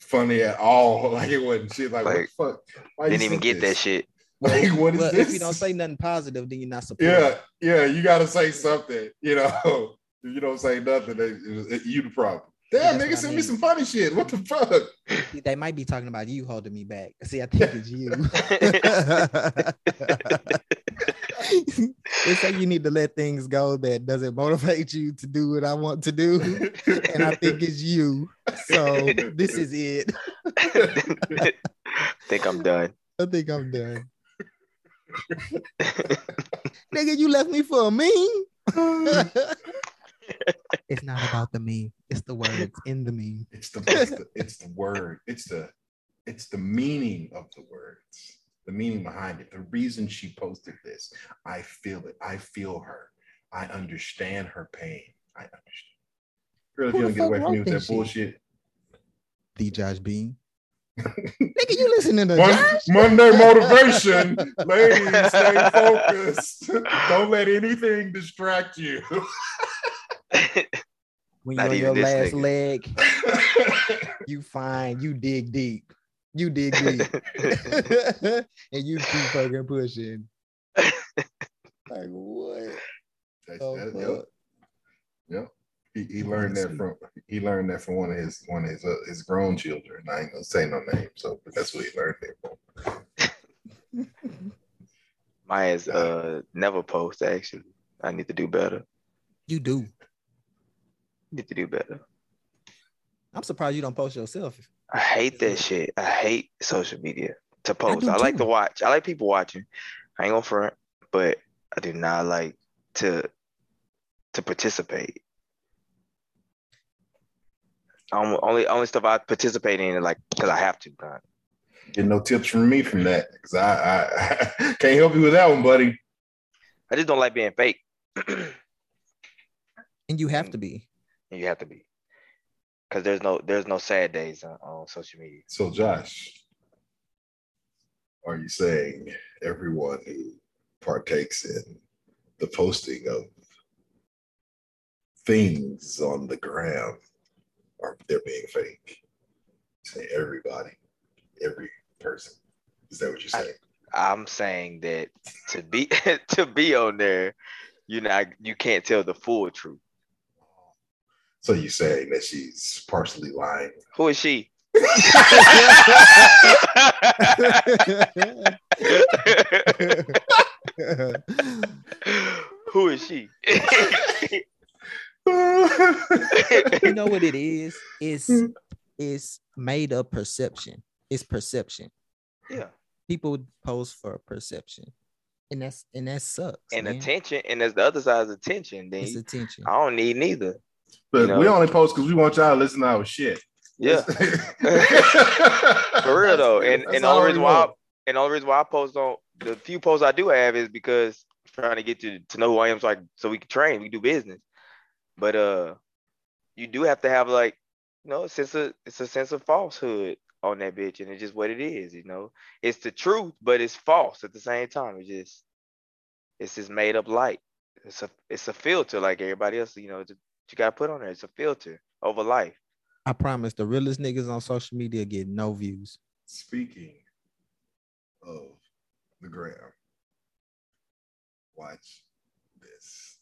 [SPEAKER 1] funny at all. Like it wasn't shit. Like,
[SPEAKER 2] Like,
[SPEAKER 1] what the fuck? Why you
[SPEAKER 2] Didn't even
[SPEAKER 1] sent
[SPEAKER 2] get that
[SPEAKER 1] this?
[SPEAKER 2] shit.
[SPEAKER 1] Like what is
[SPEAKER 3] Well,
[SPEAKER 1] this?
[SPEAKER 3] if you don't say nothing positive, then you're not supporting.
[SPEAKER 1] yeah, yeah, you gotta say something. You know, if you don't say nothing, they, it- you the problem. Damn,
[SPEAKER 3] That's what I
[SPEAKER 1] nigga, send me
[SPEAKER 3] mean.
[SPEAKER 1] some funny shit. What the fuck?
[SPEAKER 3] They might be talking about you holding me back. See, I think it's you. they say you need to let things go that doesn't motivate you to do what I want to do. And I think it's you. So this is it.
[SPEAKER 2] Think I'm done.
[SPEAKER 3] I think I'm done. Nigga, you left me for a meme. it's not about the meme. It's the words in the meme.
[SPEAKER 1] It's the, it's the it's the word. It's the it's the meaning of the words. The meaning behind it. The reason she posted this. I feel it. I feel her. I understand her pain. I understand. Girl, if
[SPEAKER 3] Who
[SPEAKER 1] you don't
[SPEAKER 3] the
[SPEAKER 1] get
[SPEAKER 3] fuck
[SPEAKER 1] away from me
[SPEAKER 3] wrote
[SPEAKER 1] with that
[SPEAKER 3] this shit?
[SPEAKER 1] bullshit.
[SPEAKER 3] The Josh Bean. Nigga, you listening to
[SPEAKER 1] Mon-
[SPEAKER 3] Josh?
[SPEAKER 1] Monday motivation, ladies, stay focused. Don't let anything distract you.
[SPEAKER 3] When
[SPEAKER 2] Not
[SPEAKER 3] you're on your
[SPEAKER 2] even this nigga.
[SPEAKER 3] last leg, you find you dig deep. You dig deep. and you keep fucking pushing. like what?
[SPEAKER 1] That's-
[SPEAKER 3] Oh,
[SPEAKER 1] that-
[SPEAKER 3] fuck.
[SPEAKER 1] yep, yep. He, he learned that from he learned that from one of his one of his uh, his grown children. I ain't gonna say no name, so but that's what he learned it from.
[SPEAKER 2] My ass uh never post actually. I need to do better.
[SPEAKER 3] You do.
[SPEAKER 2] Need to do better.
[SPEAKER 3] I'm surprised you don't post yourself.
[SPEAKER 2] I hate that shit. I hate social media to post.
[SPEAKER 3] do
[SPEAKER 2] I, like
[SPEAKER 3] too.
[SPEAKER 2] to watch. I like people watching. I ain't gonna front, but I do not like to to participate. Um, only only stuff I participate in is like because I have to. God.
[SPEAKER 1] Get no tips from me from that because I, I can't help you with that one, buddy.
[SPEAKER 2] I just don't like being fake. you
[SPEAKER 3] And you have to be.
[SPEAKER 2] have to be because there's no there's no sad days on, on social media.
[SPEAKER 1] So, Josh, are you saying everyone who partakes in the posting of things on the gram are they're being fake? Say everybody, every person. Is that what you're
[SPEAKER 2] I-
[SPEAKER 1] saying?
[SPEAKER 2] I'm saying that to be to be on there, you not you can't tell the full truth.
[SPEAKER 1] so you're saying that she's partially lying.
[SPEAKER 2] Who is she? Who is she?
[SPEAKER 3] you know what it is? It's it's made of perception. It's perception.
[SPEAKER 2] yeah,
[SPEAKER 3] People pose for perception. And that's and that sucks.
[SPEAKER 2] and
[SPEAKER 3] man.
[SPEAKER 2] attention, and that's the other side's attention. Then
[SPEAKER 3] It's
[SPEAKER 2] you-
[SPEAKER 3] attention.
[SPEAKER 2] I don't need neither.
[SPEAKER 1] But
[SPEAKER 2] You know-
[SPEAKER 1] we only post because we want y'all to listen to our shit.
[SPEAKER 2] Yeah, for real though. And and the only reason why I, and the only reason why I post on the few posts I do have is because I'm trying to get to to know who I am, so I so we can train, we do business. But uh, you do have to have like you know, a sense of it's a sense of falsehood on that bitch, and it's just what it is. You know, it's the truth, but it's false at the same time. It's just it's just made up light. It's a it's a filter like everybody else. You know, that you gotta put on there. It's a filter over life.
[SPEAKER 3] I promise the realest niggas on social media get no views.
[SPEAKER 1] Speaking of the gram, watch this.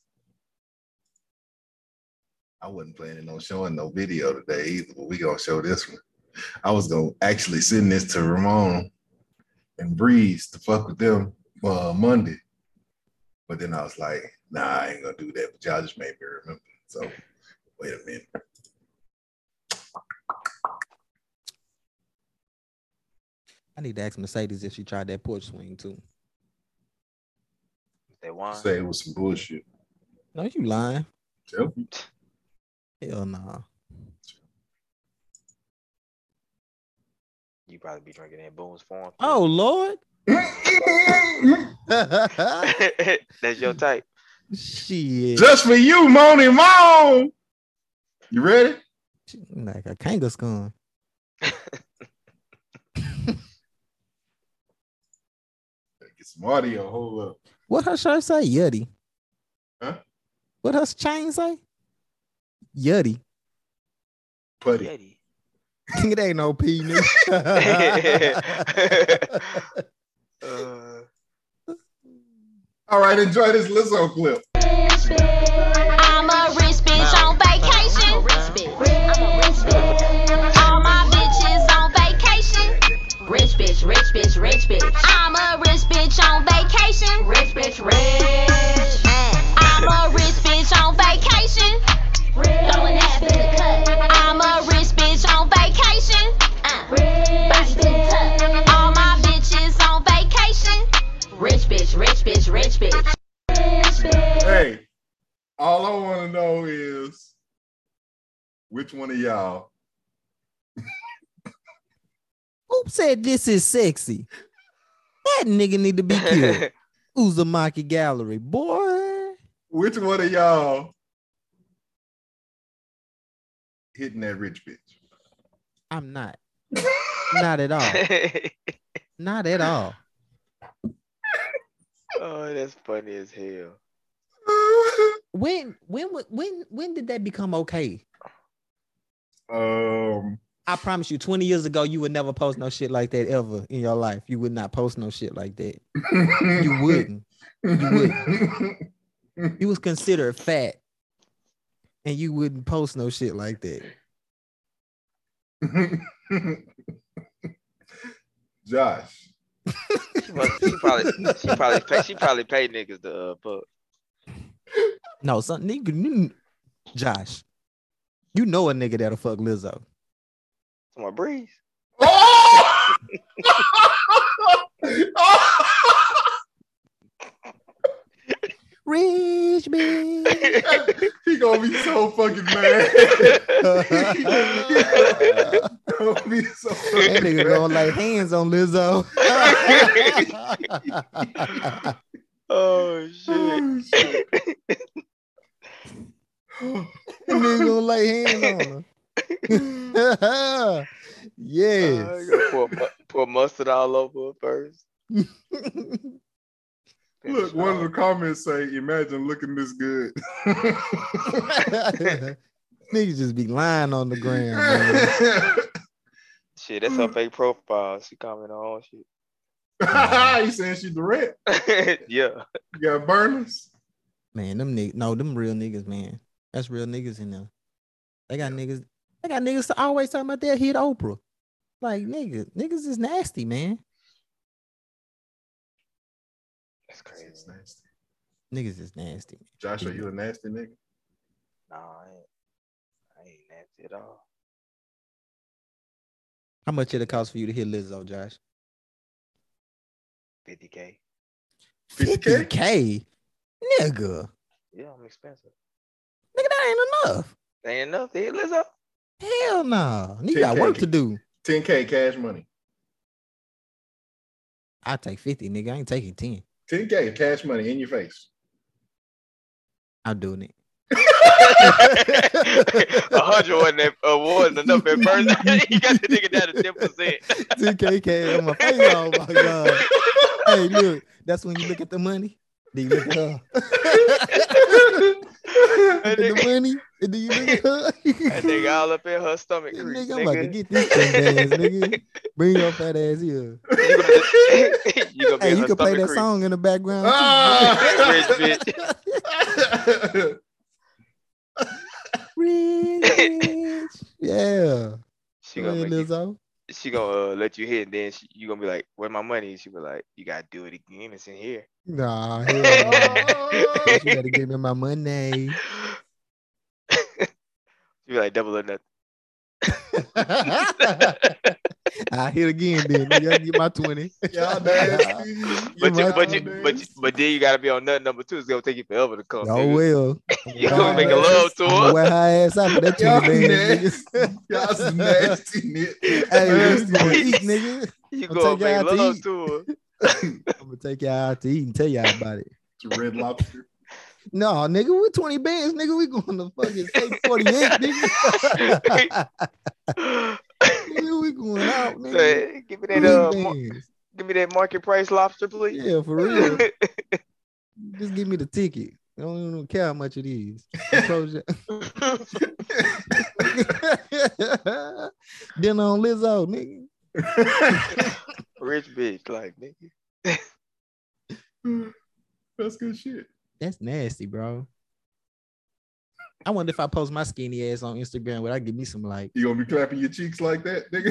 [SPEAKER 1] I wasn't planning on showing no video today either, but we gonna show this one. I was gonna actually send this to Ramon and Breeze to fuck with them uh, Monday, but then I was like, nah, I ain't gonna do that. But y'all just made me remember. So wait a minute.
[SPEAKER 3] I need to ask Mercedes if she tried that porch swing too.
[SPEAKER 2] They want.
[SPEAKER 1] Say it was some bullshit.
[SPEAKER 3] No, you lying.
[SPEAKER 1] Tell me.
[SPEAKER 3] Hell nah.
[SPEAKER 2] You probably be drinking that Boone's form.
[SPEAKER 3] Oh Lord.
[SPEAKER 2] That's your type.
[SPEAKER 3] Shit.
[SPEAKER 1] Just for you, Moni Moan. You ready?
[SPEAKER 3] Like a Kangaskhan.
[SPEAKER 1] Get some audio. Hold up.
[SPEAKER 3] What her shirt say? Yuddy.
[SPEAKER 1] Huh?
[SPEAKER 3] What her chain say? Yuddy.
[SPEAKER 1] Putty.
[SPEAKER 2] Yeti.
[SPEAKER 3] it ain't no P
[SPEAKER 2] Uh,
[SPEAKER 1] All right, enjoy this Lizzo clip.
[SPEAKER 4] I'm a rich bitch on vacation. I'm a rich bitch. I'm a rich bitch. All my bitches on vacation. Rich bitch, rich bitch, rich bitch. I'm a rich bitch on vacation. Rich bitch, rich. I'm a rich bitch on vacation. Throwing ass in the cut. I'm a rich bitch on vacation. Uh, body to the tuck. All my bitches on vacation. Rich bitch, rich bitch, rich bitch.
[SPEAKER 1] Hey, all I want to know is which one of y'all
[SPEAKER 3] Who said this is sexy? That nigga need to be killed. Uzumaki Gallery, boy.
[SPEAKER 1] Which one of y'all hitting that rich bitch?
[SPEAKER 3] I'm not. Not at all. Not at all.
[SPEAKER 2] oh, that's funny as hell.
[SPEAKER 3] When when wa- when when did that become okay?
[SPEAKER 1] um,
[SPEAKER 3] I promise you, 20 years ago, you would never post no shit like that ever in your life. You would not post no shit like that. You wouldn't.
[SPEAKER 1] would.
[SPEAKER 3] you was considered fat and you wouldn't post no shit like that.
[SPEAKER 1] Josh,
[SPEAKER 2] She, must, she probably, she probably, pay, she probably paid niggas to uh, fuck.
[SPEAKER 3] No, son, nigga, you- Josh, you know a nigga that'll fuck Lizzo.
[SPEAKER 2] Talking about Breeze.
[SPEAKER 1] Oh!
[SPEAKER 3] Rich man.
[SPEAKER 1] he gonna be so fucking mad.
[SPEAKER 3] that
[SPEAKER 1] gonna be so fucking
[SPEAKER 3] nigga
[SPEAKER 1] mad.
[SPEAKER 3] going like hands on Lizzo.
[SPEAKER 2] oh shit.
[SPEAKER 1] Oh, shit.
[SPEAKER 3] nigga gonna lay hands on her.
[SPEAKER 2] Uh, you
[SPEAKER 3] yes.
[SPEAKER 2] gotta pour, mu- pour mustard all over it first.
[SPEAKER 1] Look, one of the comments say, "Imagine looking this good."
[SPEAKER 3] Niggas just be lying on the ground. Man.
[SPEAKER 2] shit. That's her fake profile. She comment on
[SPEAKER 1] you saying she direct?
[SPEAKER 2] shit. yeah.
[SPEAKER 1] You got burners?
[SPEAKER 3] man, them niggas, no, them real niggas, man. That's real niggas in there. They got niggas, they got niggas to always talking about that hit Oprah. Like niggas, niggas is nasty, man.
[SPEAKER 2] That's crazy.
[SPEAKER 1] That's nasty.
[SPEAKER 3] Niggas is nasty.
[SPEAKER 1] Joshua, you a nasty nigga.
[SPEAKER 2] Nah, I ain't, I ain't nasty at all.
[SPEAKER 3] How much it cost for you to hit Lizzo, Josh?
[SPEAKER 2] 50k.
[SPEAKER 1] 50K?
[SPEAKER 3] 50K? Nigga.
[SPEAKER 2] Yeah, I'm expensive.
[SPEAKER 3] Nigga, that ain't enough.
[SPEAKER 2] Ain't enough to hit Lizzo.
[SPEAKER 3] Hell no. Nah. Nigga got
[SPEAKER 1] 10K.
[SPEAKER 3] work to do.
[SPEAKER 1] 10k cash money.
[SPEAKER 3] I take 50, nigga. I ain't taking 10.
[SPEAKER 1] 10k cash money in your face.
[SPEAKER 3] I'm doing it.
[SPEAKER 2] A hundred wasn't that uh, wasn't enough at first. you got the nigga down to ten percent.
[SPEAKER 3] 10K came on my face. Oh my god. Hey, look, that's when you look at the money. Then you look at her. Look at the money. And then you look at her.
[SPEAKER 2] That nigga all up in her stomach. Crease,
[SPEAKER 3] nigga, I'm about to
[SPEAKER 2] nigga.
[SPEAKER 3] get this thing ass, nigga. Bring your fat ass here.
[SPEAKER 2] You gonna- you gonna be
[SPEAKER 3] Hey,
[SPEAKER 2] in
[SPEAKER 3] you
[SPEAKER 2] her
[SPEAKER 3] can play
[SPEAKER 2] stomach
[SPEAKER 3] that
[SPEAKER 2] crease.
[SPEAKER 3] song in the background.
[SPEAKER 1] Ah!
[SPEAKER 2] Rich bitch.
[SPEAKER 3] Rich. Yeah.
[SPEAKER 2] She
[SPEAKER 3] Go
[SPEAKER 2] gonna
[SPEAKER 3] ahead,
[SPEAKER 2] make you
[SPEAKER 3] Lizzo.
[SPEAKER 2] she gonna uh, let you hit, and then she, you gonna be like, "Where my money?" She be like, "You gotta do it again. It's in here."
[SPEAKER 3] Nah, hell no. you gotta give me my money.
[SPEAKER 2] she be like, "Double or nothing."
[SPEAKER 3] I hit again then. Nigga, I get my 20.
[SPEAKER 1] Y'all nasty.
[SPEAKER 2] But you, but
[SPEAKER 3] right,
[SPEAKER 2] you,
[SPEAKER 1] Y'all
[SPEAKER 2] but you,
[SPEAKER 1] nasty.
[SPEAKER 2] but then you gotta be on nut number two. It's gonna take you forever to come.
[SPEAKER 3] Oh
[SPEAKER 2] nigga.
[SPEAKER 3] well.
[SPEAKER 2] You gonna make a
[SPEAKER 1] Y'all
[SPEAKER 2] love to
[SPEAKER 3] I'ma
[SPEAKER 2] her.
[SPEAKER 3] wear her ass out for that 20
[SPEAKER 1] Y'all
[SPEAKER 3] bands, niggas.
[SPEAKER 1] Y'all some nasty niggas.
[SPEAKER 3] Hey, we
[SPEAKER 1] Nasty.
[SPEAKER 3] gonna eat, nigga.
[SPEAKER 2] You
[SPEAKER 3] I'll
[SPEAKER 2] gonna
[SPEAKER 3] take you
[SPEAKER 2] make
[SPEAKER 3] out to
[SPEAKER 2] love
[SPEAKER 3] eat.
[SPEAKER 2] to her.
[SPEAKER 3] I'm gonna take y'all out to eat and tell y'all about it.
[SPEAKER 1] Red lobster.
[SPEAKER 3] No, nigga, we 20 bands, nigga. We going to fucking take 48, nigga. nigga, we going out, nigga.
[SPEAKER 2] Say, give me
[SPEAKER 3] Big
[SPEAKER 2] that, uh, mar-
[SPEAKER 3] bands.
[SPEAKER 2] give me that market price lobster, please.
[SPEAKER 3] Yeah, for real. Just give me the ticket. I don't even care how much it is. Control- Dinner on Lizzo, nigga.
[SPEAKER 2] Rich bitch, like nigga.
[SPEAKER 1] That's good shit.
[SPEAKER 3] That's nasty, bro. I wonder if I post my skinny ass on Instagram, would I give me some like?
[SPEAKER 1] You gonna be clapping your cheeks like that,
[SPEAKER 3] Fuck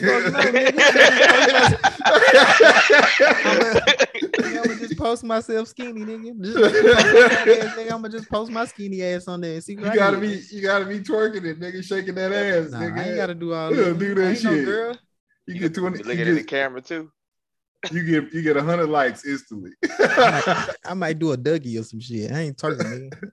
[SPEAKER 3] no,
[SPEAKER 1] nigga?
[SPEAKER 3] nigga. I'm gonna just post myself skinny, nigga. Just like you post your fat ass, nigga. I'm gonna just post my skinny ass on there and see what
[SPEAKER 1] you
[SPEAKER 3] I
[SPEAKER 1] gotta
[SPEAKER 3] get.
[SPEAKER 1] be, you gotta be twerking it, nigga, shaking that ass,
[SPEAKER 3] Nah,
[SPEAKER 1] nigga.
[SPEAKER 3] I ain't gotta do all
[SPEAKER 1] Yeah,
[SPEAKER 3] that.
[SPEAKER 1] do that
[SPEAKER 3] I ain't no
[SPEAKER 1] shit.
[SPEAKER 3] girl.
[SPEAKER 1] you get
[SPEAKER 2] You
[SPEAKER 1] twenty,
[SPEAKER 2] Look
[SPEAKER 1] you,
[SPEAKER 2] at the
[SPEAKER 1] just-
[SPEAKER 2] camera too.
[SPEAKER 1] you get, you get hundred likes instantly.
[SPEAKER 3] I might do a Dougie or some shit. I ain't talking, nigga.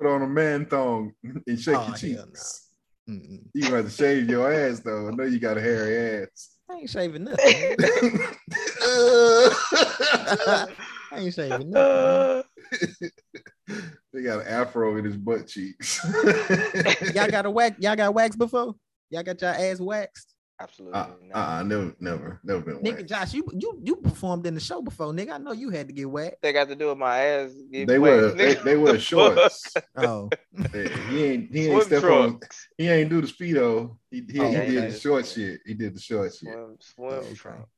[SPEAKER 1] Put on a man thong and shake
[SPEAKER 3] Oh,
[SPEAKER 1] your
[SPEAKER 3] hell
[SPEAKER 1] cheeks.
[SPEAKER 3] Mm-mm.
[SPEAKER 1] You gonna have to shave your ass though. I know you got a hairy ass.
[SPEAKER 3] I ain't shaving nothing. nigga. I ain't shaving nothing.
[SPEAKER 2] Uh,
[SPEAKER 1] they got an afro in his butt cheeks. Uh-uh,
[SPEAKER 3] nigga. Y'all got a wax? Y'all got waxed before? Y'all got your ass waxed?
[SPEAKER 2] absolutely.
[SPEAKER 1] uh,
[SPEAKER 2] not.
[SPEAKER 1] uh, never, never, never been.
[SPEAKER 3] Nigga,
[SPEAKER 1] whacked.
[SPEAKER 3] Josh, you you you performed in the show before, nigga. I know you had to get wet.
[SPEAKER 2] They got to do with my ass. getting
[SPEAKER 1] They
[SPEAKER 2] wet,
[SPEAKER 1] wear they,
[SPEAKER 2] nigga.
[SPEAKER 1] they wear shorts.
[SPEAKER 3] Oh,
[SPEAKER 1] Yeah, he ain't he ain't
[SPEAKER 2] Swim
[SPEAKER 1] step on
[SPEAKER 2] trunks.
[SPEAKER 1] he ain't do the speedo. He, he,
[SPEAKER 3] Oh,
[SPEAKER 1] he
[SPEAKER 3] okay.
[SPEAKER 1] did the short shit. He did the short shit.
[SPEAKER 2] Swim, swim
[SPEAKER 3] Okay.
[SPEAKER 2] trunks.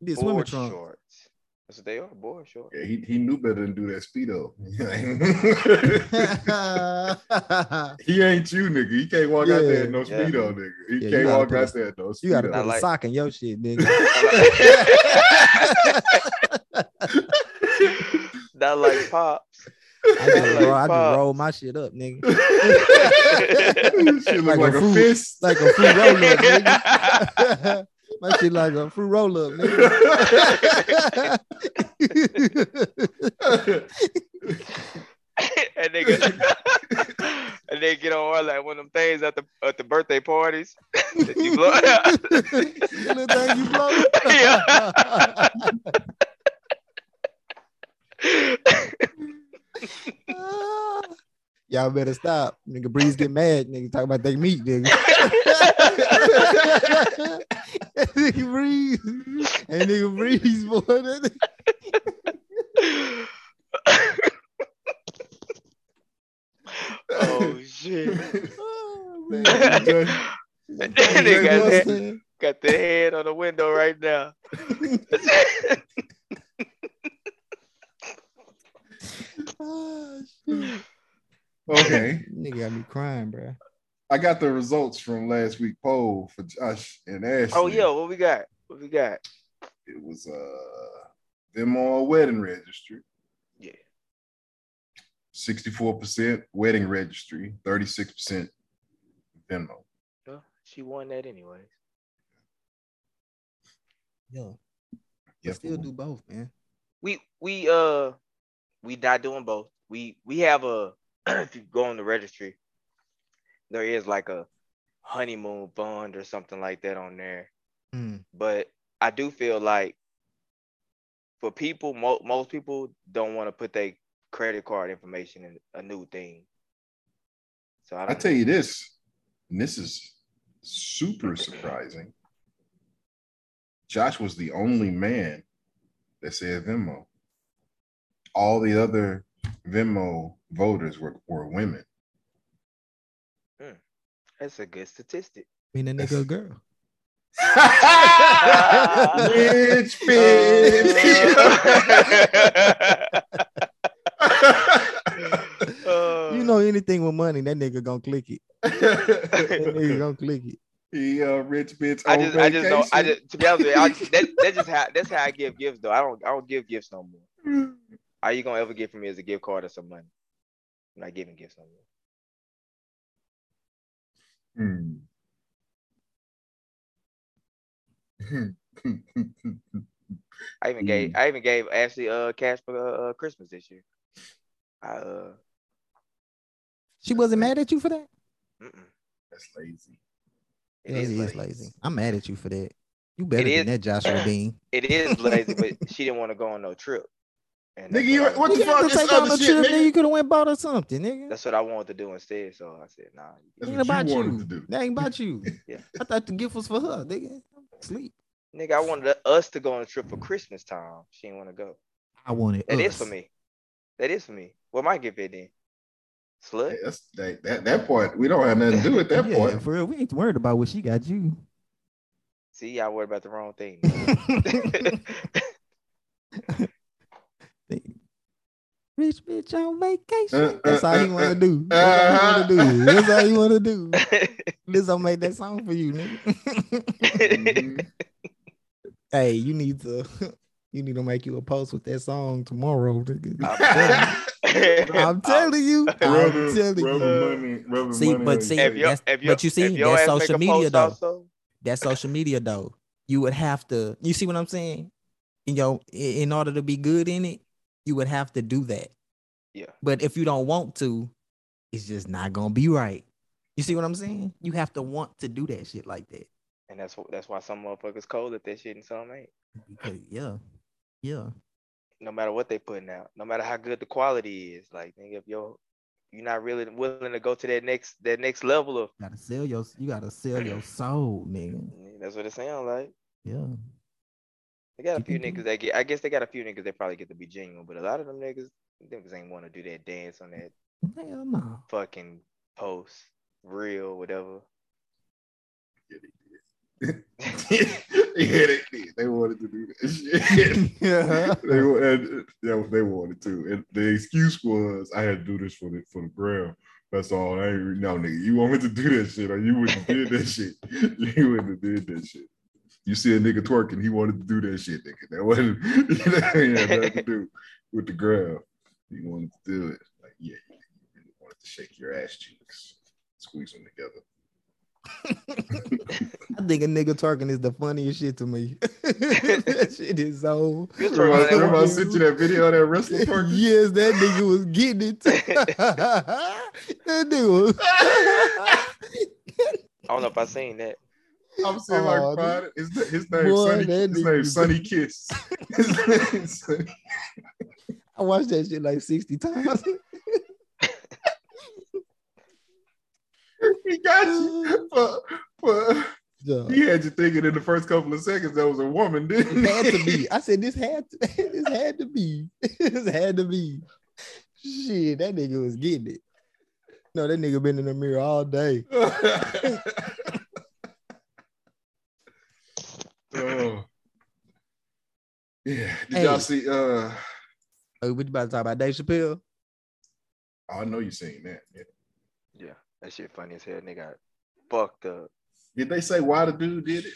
[SPEAKER 3] you did swimming
[SPEAKER 2] Board
[SPEAKER 3] trunk.
[SPEAKER 2] shorts. That's what they are. Board shorts.
[SPEAKER 1] Yeah, he, he knew better than do that speedo. he ain't you, nigga. He can't walk out there in no
[SPEAKER 2] Yeah.
[SPEAKER 1] speedo, nigga. He
[SPEAKER 3] Yeah, you
[SPEAKER 1] can't
[SPEAKER 3] gotta
[SPEAKER 1] walk
[SPEAKER 3] put
[SPEAKER 1] out
[SPEAKER 3] a-
[SPEAKER 1] there in no speedo.
[SPEAKER 3] you gotta put
[SPEAKER 2] Not
[SPEAKER 3] a
[SPEAKER 2] like-
[SPEAKER 3] sock in your shit, nigga.
[SPEAKER 2] Not like pops.
[SPEAKER 3] I just, roll, I
[SPEAKER 2] Fuck.
[SPEAKER 3] just roll my shit up, nigga.
[SPEAKER 1] she look like,
[SPEAKER 3] Like a
[SPEAKER 1] a,
[SPEAKER 3] fruit.
[SPEAKER 1] fist.
[SPEAKER 3] Like a fruit roll up, nigga. my shit like a fruit roll up, nigga.
[SPEAKER 2] that nigga, that nigga get on all like one of them things at the at the birthday parties. that you blow.
[SPEAKER 3] You little thing you blow.
[SPEAKER 2] Yeah.
[SPEAKER 3] Y'all better stop. Nigga Breeze get mad. Nigga talking about they meat, nigga. nigga Breeze. And nigga Breeze, boy. That
[SPEAKER 2] oh shit!
[SPEAKER 3] Oh, man.
[SPEAKER 1] That
[SPEAKER 2] nigga
[SPEAKER 1] got
[SPEAKER 2] that-
[SPEAKER 3] Busted.
[SPEAKER 2] Got the head on the window right now.
[SPEAKER 3] Ah, shit.
[SPEAKER 1] okay,
[SPEAKER 3] Nigga got me crying, bro.
[SPEAKER 1] I got the results from last week poll for Josh and Ashley.
[SPEAKER 2] oh yeah, what we got? What we got?
[SPEAKER 1] it was uh them all wedding registry.
[SPEAKER 2] Yeah.
[SPEAKER 1] 64% wedding registry, 36% Venmo.
[SPEAKER 2] Well, she won that anyway.
[SPEAKER 3] Yo, I
[SPEAKER 1] Yep.
[SPEAKER 3] still do both, man.
[SPEAKER 2] we we uh we not doing both. We we have a if you go on the registry, there is like a honeymoon fund or something like that on there.
[SPEAKER 3] Mm,
[SPEAKER 2] But I do feel like for people, mo- most people don't want to put their credit card information in a new thing. So I,
[SPEAKER 1] I
[SPEAKER 2] don't
[SPEAKER 1] tell you this, and this is super surprising. Josh was the only man that said Venmo. All the other Venmo voters were, were women.
[SPEAKER 2] that's a good statistic.
[SPEAKER 3] Me and that nigga a girl.
[SPEAKER 2] Uh,
[SPEAKER 1] Bitch,
[SPEAKER 3] You know anything with money, that nigga gonna click it. That nigga gonna click it.
[SPEAKER 1] He uh, rich bitch.
[SPEAKER 2] I
[SPEAKER 1] on
[SPEAKER 2] just, I just know, I
[SPEAKER 1] vacation.
[SPEAKER 2] just, to be honest with you, I, that, that's just how, that's how I give gifts though. I don't, I don't give gifts no more. All you gonna ever get from me is a gift card or some money. I'm not giving gifts no more.
[SPEAKER 1] Hmm.
[SPEAKER 2] I even gave,
[SPEAKER 1] Mm.
[SPEAKER 2] I even gave Ashley uh cash for uh, Christmas this year. I, uh,
[SPEAKER 3] She wasn't mad at you for that?
[SPEAKER 2] mm-mm.
[SPEAKER 1] That's lazy.
[SPEAKER 2] It
[SPEAKER 3] yeah,
[SPEAKER 2] is
[SPEAKER 3] it is
[SPEAKER 2] lazy.
[SPEAKER 3] lazy. I'm mad at you for that. You better
[SPEAKER 2] It
[SPEAKER 3] than that, Joshua Bean.
[SPEAKER 2] It is lazy, but she didn't want to go on no trip. And that's
[SPEAKER 1] Nigga, you,
[SPEAKER 2] what I-
[SPEAKER 1] what the
[SPEAKER 3] you
[SPEAKER 1] fuck?
[SPEAKER 3] didn't
[SPEAKER 1] This
[SPEAKER 3] take on
[SPEAKER 1] other
[SPEAKER 3] the
[SPEAKER 1] shit,
[SPEAKER 3] trip, nigga. You
[SPEAKER 1] nigga.
[SPEAKER 3] could have went bought her something, nigga.
[SPEAKER 2] That's what I wanted to do instead. So I said, nah.
[SPEAKER 1] That's
[SPEAKER 3] Ain't
[SPEAKER 1] what
[SPEAKER 3] about
[SPEAKER 1] you
[SPEAKER 3] you.
[SPEAKER 1] wanted to do.
[SPEAKER 3] That ain't about you.
[SPEAKER 2] Yeah.
[SPEAKER 3] I thought the gift was for her, nigga. Sleep.
[SPEAKER 2] Nigga, I wanted us to go on a trip for Christmas time. She didn't want to go.
[SPEAKER 3] I wanted
[SPEAKER 2] That is
[SPEAKER 3] us.
[SPEAKER 2] for me. That is for me. What my gift is then? Slut.
[SPEAKER 1] Hey, That's that, that that part. We don't have nothing to do with that
[SPEAKER 3] yeah,
[SPEAKER 1] part.
[SPEAKER 3] for real. We ain't worried about what she got you.
[SPEAKER 2] See, y'all worried about the wrong thing.
[SPEAKER 3] Rich bitch on vacation.
[SPEAKER 1] Uh,
[SPEAKER 3] That's
[SPEAKER 1] uh,
[SPEAKER 3] all he
[SPEAKER 1] uh,
[SPEAKER 3] want
[SPEAKER 1] uh,
[SPEAKER 3] to do. That's all he
[SPEAKER 1] uh-huh.
[SPEAKER 3] want to do. That's all he want to do. This I make that song for you, nigga.
[SPEAKER 1] Mhm.
[SPEAKER 3] hey, you need to. You need to make you a post with that song tomorrow. nigga. I'm
[SPEAKER 2] Um,
[SPEAKER 3] telling you. I'm
[SPEAKER 1] Rubber-
[SPEAKER 3] telling you.
[SPEAKER 1] rubber money- rubber
[SPEAKER 3] See,
[SPEAKER 1] money
[SPEAKER 3] but
[SPEAKER 1] on
[SPEAKER 3] see-
[SPEAKER 1] your
[SPEAKER 2] if
[SPEAKER 1] face.
[SPEAKER 2] your,
[SPEAKER 3] That's-
[SPEAKER 2] if your,
[SPEAKER 3] but you see,
[SPEAKER 2] if your
[SPEAKER 3] that's
[SPEAKER 2] ass
[SPEAKER 3] social
[SPEAKER 2] make a
[SPEAKER 3] media,
[SPEAKER 2] post
[SPEAKER 3] though.
[SPEAKER 2] Also,
[SPEAKER 3] That's social media though. You would have to. You see what I'm saying? You know, i- in order to be good in it, you would have to do that.
[SPEAKER 2] Yeah.
[SPEAKER 3] But if you don't want to, it's just not gonna be right. You see what I'm saying? You have to want to do that shit like that.
[SPEAKER 2] and that's wh- that's why some motherfuckers cold at that shit and some ain't.
[SPEAKER 3] Because, yeah, yeah.
[SPEAKER 2] No matter what they putting out, no matter how good the quality is, like nigga, if you're you're not really willing to go to that next that next level of,
[SPEAKER 3] You gotta sell your. You gotta sell your soul, nigga.
[SPEAKER 2] that's what it sounds like.
[SPEAKER 3] Yeah.
[SPEAKER 2] They got a
[SPEAKER 3] You
[SPEAKER 2] few
[SPEAKER 3] can do
[SPEAKER 2] niggas that get. I guess they got a few niggas that probably get to be genuine, but a lot of them niggas, niggas ain't want to do that dance on that
[SPEAKER 3] Hell no.
[SPEAKER 2] fucking post, real, whatever.
[SPEAKER 1] yeah, they did. They wanted to do that shit.
[SPEAKER 3] yeah.
[SPEAKER 1] they, wa- and, yeah, they wanted to. And the excuse was I had to do this for the for the gram. That's all. I ain't, no, nigga, you want me to do that shit, or you wouldn't have did that shit. You wouldn't have did that shit. You see a nigga twerking, he wanted to do that shit, nigga. That wasn't that ain't had nothing to do with the gram. He wanted to do it. yeah, you really wanted to shake your ass cheeks, squeeze them together.
[SPEAKER 3] I think a nigga twerking is the funniest shit to me. that shit is so.
[SPEAKER 2] Good
[SPEAKER 3] Yes,
[SPEAKER 2] twerking.
[SPEAKER 1] Remember, I- remember I
[SPEAKER 3] Right.
[SPEAKER 1] sent you that video of that wrestler twerking?
[SPEAKER 3] that nigga was getting it. that nigga was.
[SPEAKER 2] I don't know if I seen that.
[SPEAKER 1] I'm sitting
[SPEAKER 3] Aw,
[SPEAKER 1] like pride. His, his name
[SPEAKER 3] Boy,
[SPEAKER 1] Sonny.
[SPEAKER 3] that
[SPEAKER 1] His
[SPEAKER 3] nigga-
[SPEAKER 1] name Sonny Kiss. his name Sonny.
[SPEAKER 3] I watched that shit like 60 times.
[SPEAKER 1] He got you. For, for,
[SPEAKER 3] Dog.
[SPEAKER 1] he had you thinking in the first couple of seconds that was a woman, didn't
[SPEAKER 3] It
[SPEAKER 1] he?
[SPEAKER 3] had to be. I said this had to, this had to be. this had to be. Shit, that nigga was getting it. No, that nigga been in the mirror all day.
[SPEAKER 1] oh. Yeah. Did
[SPEAKER 3] Hey.
[SPEAKER 1] y'all see? Uh,
[SPEAKER 3] Oh, what you about to talk about Dave Chappelle?
[SPEAKER 1] I know you seen that. Yeah.
[SPEAKER 2] Yeah, that shit funny as hell. Nigga, fucked up.
[SPEAKER 1] Did they say why the dude did it?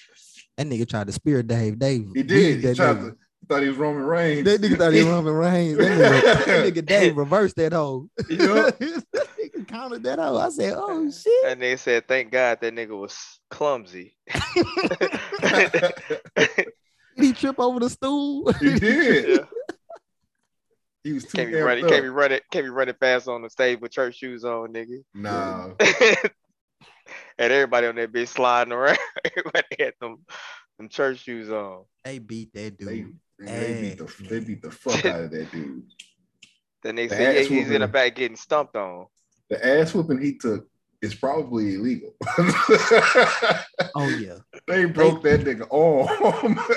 [SPEAKER 3] That nigga tried to spear Dave. Dave,
[SPEAKER 1] He did.
[SPEAKER 3] beat
[SPEAKER 1] He
[SPEAKER 3] That
[SPEAKER 1] tried
[SPEAKER 3] nigga.
[SPEAKER 1] to. Thought he was Roman Reigns.
[SPEAKER 3] That nigga thought he was Roman Reigns. That nigga, that nigga Dave reversed that hoe.
[SPEAKER 1] Yup.
[SPEAKER 3] that nigga countered that hoe. I said, oh shit.
[SPEAKER 2] And they said, thank God that nigga was clumsy.
[SPEAKER 3] Did he trip over the stool?
[SPEAKER 1] he did.
[SPEAKER 2] yeah.
[SPEAKER 1] He was too
[SPEAKER 2] Can't be
[SPEAKER 1] amped
[SPEAKER 2] running, can't be
[SPEAKER 1] up.
[SPEAKER 2] running, can't be running fast on the stage with church shoes on, nigga.
[SPEAKER 1] Nah,
[SPEAKER 2] and everybody on that bitch sliding around. everybody had them, them church shoes on.
[SPEAKER 3] they beat that
[SPEAKER 1] they,
[SPEAKER 3] dude.
[SPEAKER 1] they beat the they beat the fuck out of that dude.
[SPEAKER 2] Then they
[SPEAKER 1] The
[SPEAKER 2] said, yeah,
[SPEAKER 1] ass
[SPEAKER 2] he's in the
[SPEAKER 1] whooping.
[SPEAKER 2] back getting stumped on.
[SPEAKER 1] The ass whooping he took is probably illegal.
[SPEAKER 3] Oh yeah.
[SPEAKER 1] they broke that nigga arm.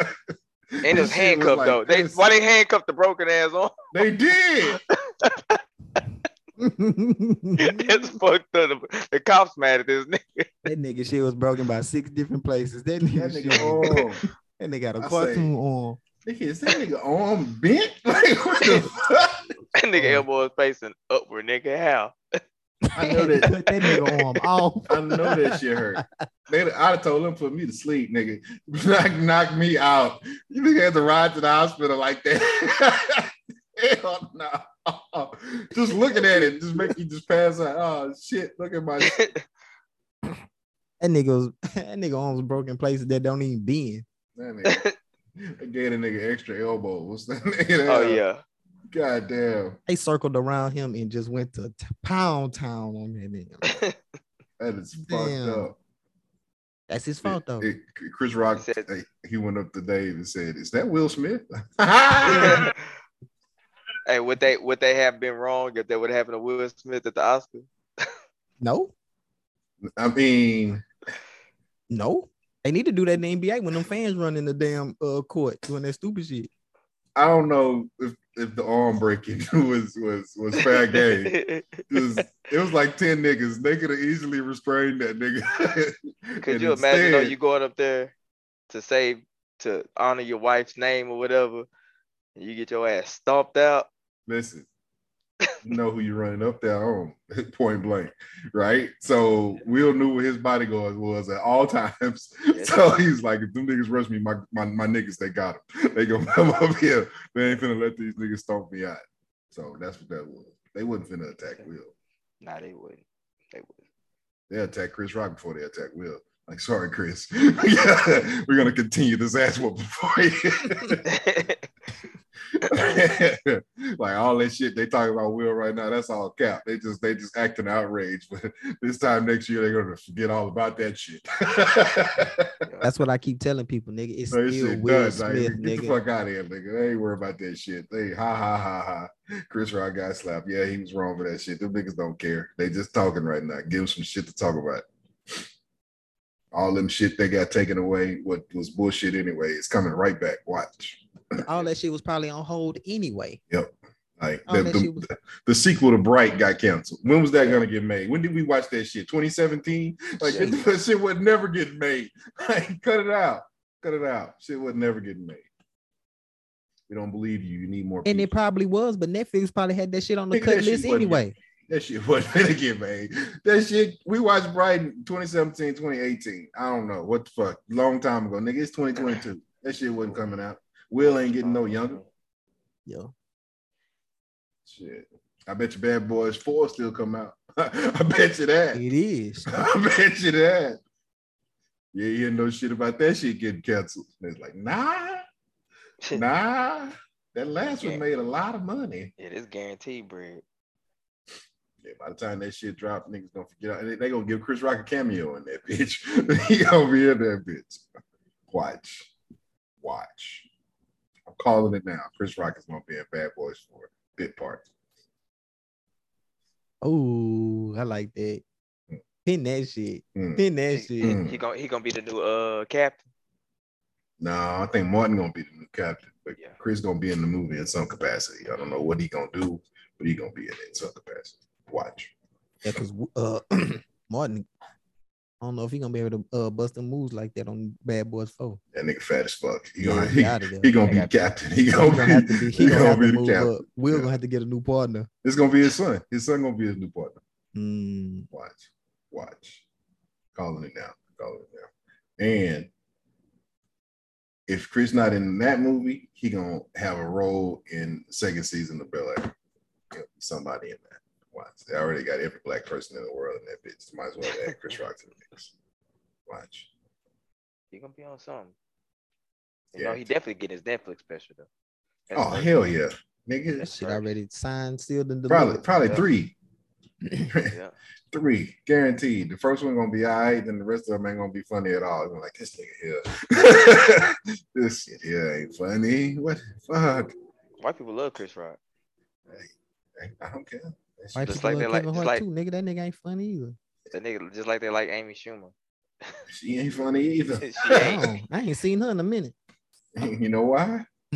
[SPEAKER 2] And it was handcuffed though. They why they handcuffed the broken ass on?
[SPEAKER 1] they did.
[SPEAKER 2] it's
[SPEAKER 1] Mm-hmm.
[SPEAKER 2] fucked up. The, the cops mad at this nigga.
[SPEAKER 3] That nigga shit was broken by six different places. That
[SPEAKER 1] That
[SPEAKER 3] nigga,
[SPEAKER 1] nigga
[SPEAKER 3] shit-
[SPEAKER 1] arm.
[SPEAKER 3] that nigga got a
[SPEAKER 1] I say-
[SPEAKER 3] cartoon on.
[SPEAKER 1] Nigga, is that nigga arm bent? Like what the fuck?
[SPEAKER 2] That nigga
[SPEAKER 3] Oh.
[SPEAKER 2] elbow is facing upward, nigga. How?
[SPEAKER 1] I know that.
[SPEAKER 3] Cut that nigga arm off.
[SPEAKER 1] I know that shit hurt. They, I'd have told them put me to sleep, nigga. Knock, knock me out. You nigga had to ride to the hospital like that. Hell no. Just looking at it, just make you just pass out. Oh shit! Look at my.
[SPEAKER 3] That nigga was that nigga arms broken places that don't even bend.
[SPEAKER 1] That nigga. I gave a nigga extra elbow. What's that? Nigga?
[SPEAKER 2] Oh yeah.
[SPEAKER 1] God damn.
[SPEAKER 3] They circled around him and just went to t- pound town on that nigga.
[SPEAKER 1] That is
[SPEAKER 3] Damn.
[SPEAKER 1] fucked up.
[SPEAKER 3] That's his fault though.
[SPEAKER 1] It- it- Chris Rock,
[SPEAKER 2] He said-
[SPEAKER 1] eh, he went up to Dave and said, "Is that Will Smith?"
[SPEAKER 2] hey, would they would they have been wrong if that would have happened to Will Smith at the Oscars?
[SPEAKER 3] No,
[SPEAKER 1] I mean,
[SPEAKER 3] no. They need to do that in the NBA when them fans run in the damn uh, court doing that stupid shit.
[SPEAKER 1] I don't know if, if the arm breaking was was was fair game. It was, it was like ten niggas. They could have easily restrained that nigga.
[SPEAKER 2] Could
[SPEAKER 1] And
[SPEAKER 2] you imagine though
[SPEAKER 1] instead-
[SPEAKER 2] you going up there to say to honor your wife's name or whatever, and you get your ass stomped out?
[SPEAKER 1] Listen, you know who you running up there on, point blank, right? So Will knew where his bodyguard was at all times.
[SPEAKER 2] Yes.
[SPEAKER 1] So he's like, if them niggas rush me, my, my, my niggas, they got him. They gonna come up here. They ain't finna let these niggas stomp me out. So that's what that was. They wasn't finna attack Will.
[SPEAKER 2] Nah, they wouldn't. They wouldn't.
[SPEAKER 1] They attack Chris Rock before they attack Will. Like, sorry, Chris. We're gonna continue this ass whooping for you. like all that shit they talking about Will right now, that's all cap. They just they just acting outraged. But this time next year they're gonna forget all about that shit.
[SPEAKER 3] That's what I keep telling people, nigga. It's
[SPEAKER 1] That
[SPEAKER 3] still
[SPEAKER 1] Oh, shit
[SPEAKER 3] Will
[SPEAKER 1] does. Like,
[SPEAKER 3] Smith,
[SPEAKER 1] get the
[SPEAKER 3] nigga.
[SPEAKER 1] fuck out of here, nigga. They ain't worry about that shit. They ha ha ha ha. Chris Rock got slapped. Yeah, he was wrong for that shit. Them niggas don't care. They just talking right now. Give them some shit to talk about. All them shit they got taken away, what was bullshit anyway, it's coming right back. Watch.
[SPEAKER 3] All that shit was probably on hold anyway.
[SPEAKER 1] Like
[SPEAKER 3] Oh,
[SPEAKER 1] the,
[SPEAKER 3] that
[SPEAKER 1] the,
[SPEAKER 3] shit was-
[SPEAKER 1] the sequel to Bright got canceled. When was that gonna get made? When did we watch that shit? 2017? Like
[SPEAKER 3] Shit.
[SPEAKER 1] that shit would never get made. Like, cut it out. Cut it out. Shit would never get made. We don't believe you. You need more
[SPEAKER 3] And
[SPEAKER 1] people.
[SPEAKER 3] it probably was, but Netflix probably had that shit on the
[SPEAKER 1] Nigga,
[SPEAKER 3] cut
[SPEAKER 1] that shit
[SPEAKER 3] list
[SPEAKER 1] wasn't
[SPEAKER 3] anyway.
[SPEAKER 1] that shit wasn't gonna get made. That shit, we watched Bright in 2017, 2018. I don't know what the fuck. Long time ago, nigga. It's 2022. That shit wasn't coming out. Will ain't getting no younger.
[SPEAKER 3] Yo,
[SPEAKER 1] Shit. I bet you Bad Boys 4 still come out. I bet you that.
[SPEAKER 3] It is.
[SPEAKER 1] I bet you that. You ain't hear no shit about that shit getting canceled. And it's like, nah, nah. That last
[SPEAKER 2] Yeah.
[SPEAKER 1] one made a lot of money.
[SPEAKER 2] It is guaranteed bread.
[SPEAKER 1] Yeah, by the time that shit drops, niggas gonna forget. And they, they gonna give Chris Rock a cameo in that bitch. he gonna be in that bitch. Watch, watch. I'm calling it now. Chris Rock is gonna be in Bad Boys for bit part.
[SPEAKER 3] Oh, I like that.
[SPEAKER 1] Mm.
[SPEAKER 3] Pin that shit.
[SPEAKER 1] Mm.
[SPEAKER 3] Pin that shit.
[SPEAKER 1] Mm.
[SPEAKER 2] He gonna he gonna be the new uh captain.
[SPEAKER 1] No, I think Martin gonna be the new captain, but
[SPEAKER 2] Yeah.
[SPEAKER 1] Chris gonna be in the movie in some capacity. I don't know what he gonna do, but he gonna be in it in some capacity. Watch.
[SPEAKER 3] Yeah, cause uh, Martin, I don't know if he gonna be able to uh, bust the moves like that on Bad Boys Four.
[SPEAKER 1] That nigga fat as fuck. He
[SPEAKER 3] Yeah,
[SPEAKER 1] gonna,
[SPEAKER 3] he
[SPEAKER 1] he,
[SPEAKER 3] outta there.
[SPEAKER 1] he gonna
[SPEAKER 3] He
[SPEAKER 1] be
[SPEAKER 3] outta there.
[SPEAKER 1] captain. He
[SPEAKER 3] He
[SPEAKER 1] gonna,
[SPEAKER 3] gonna have to be. He gonna have to
[SPEAKER 1] the
[SPEAKER 3] move
[SPEAKER 1] captain.
[SPEAKER 3] up. Will
[SPEAKER 1] Yeah.
[SPEAKER 3] gonna have to get a new partner.
[SPEAKER 1] It's gonna be his son. His son gonna be his new partner.
[SPEAKER 3] Mm,
[SPEAKER 1] Watch, watch. Calling it now. Calling it now. And if Chris not in that movie, he gonna have a role in second season of Bel Air. He'll be Somebody in that. Watch. They already got every black person in the world in that bitch. Might as well add Chris Rock to the mix. Watch.
[SPEAKER 2] He gonna be on something. You
[SPEAKER 1] Yeah.
[SPEAKER 2] know, he definitely getting his Netflix special though. That's
[SPEAKER 1] Oh
[SPEAKER 2] first.
[SPEAKER 1] hell yeah, nigga.
[SPEAKER 3] that shit
[SPEAKER 2] right.
[SPEAKER 3] already signed, sealed, and
[SPEAKER 1] Probably
[SPEAKER 3] delivered.
[SPEAKER 1] probably
[SPEAKER 2] Yeah.
[SPEAKER 1] three.
[SPEAKER 2] Yeah.
[SPEAKER 1] three guaranteed. The first one gonna be all right, then the rest of them ain't gonna be funny at all. I'm like, this nigga here, this shit here ain't funny. What the fuck?
[SPEAKER 2] White people love Chris Rock.
[SPEAKER 1] I don't care. That
[SPEAKER 3] White
[SPEAKER 1] shit-
[SPEAKER 2] Just
[SPEAKER 3] people
[SPEAKER 2] like
[SPEAKER 3] love
[SPEAKER 2] they like- just
[SPEAKER 3] Kevin Hart
[SPEAKER 2] like-
[SPEAKER 3] too, nigga. That nigga ain't funny either.
[SPEAKER 2] That nigga just like they like Amy Schumer.
[SPEAKER 1] She ain't funny either.
[SPEAKER 2] She ain't.
[SPEAKER 3] No, I ain't seen her in a minute.
[SPEAKER 1] you know why?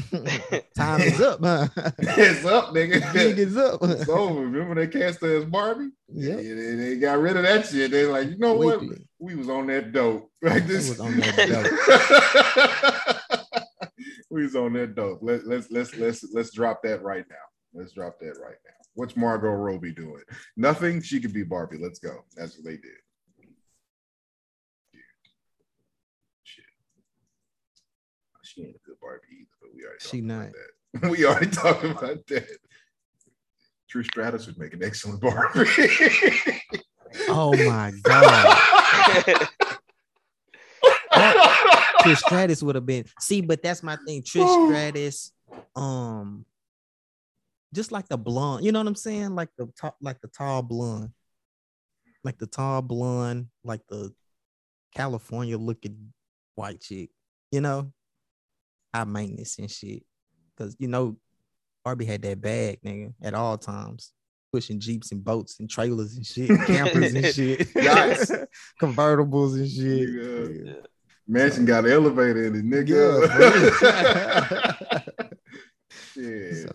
[SPEAKER 3] Time is up, huh?
[SPEAKER 1] it's up, nigga.
[SPEAKER 3] Niggas up.
[SPEAKER 1] it's over. Remember they cast her as Barbie?
[SPEAKER 3] yeah.
[SPEAKER 1] Yeah, they, they got rid of that shit. They like, you know what?
[SPEAKER 3] Wait,
[SPEAKER 1] We was on that dope. Like
[SPEAKER 3] They
[SPEAKER 1] this
[SPEAKER 3] was on that
[SPEAKER 1] we was on that dope. Let, let's let's let's let's drop that right now. Let's drop that right now. What's Margot Robbie doing? Nothing. She could be Barbie. Let's go. That's what they did. Shit. She ain't a good Barbie either, but we already
[SPEAKER 3] She
[SPEAKER 1] talked about
[SPEAKER 3] not.
[SPEAKER 1] that. We already talked about that. True Stratus would make an excellent Barbie.
[SPEAKER 3] oh my god. Trish Stratus would have been. See, but that's my thing. Trish Stratus, um, just like the blonde. You know what I'm saying? Like the top, like the tall blonde, like the tall blonde, like the California looking white chick. You know, high maintenance and shit. Cause you know, Barbie had that bag, nigga, at all times. Pushing jeeps and boats and trailers and shit, campers and shit,
[SPEAKER 1] Yachts.
[SPEAKER 3] convertibles and shit.
[SPEAKER 1] Nigga.
[SPEAKER 3] Yeah.
[SPEAKER 1] Mansion got an elevator in it,
[SPEAKER 3] Yeah,
[SPEAKER 1] nigga. Shit.
[SPEAKER 3] So,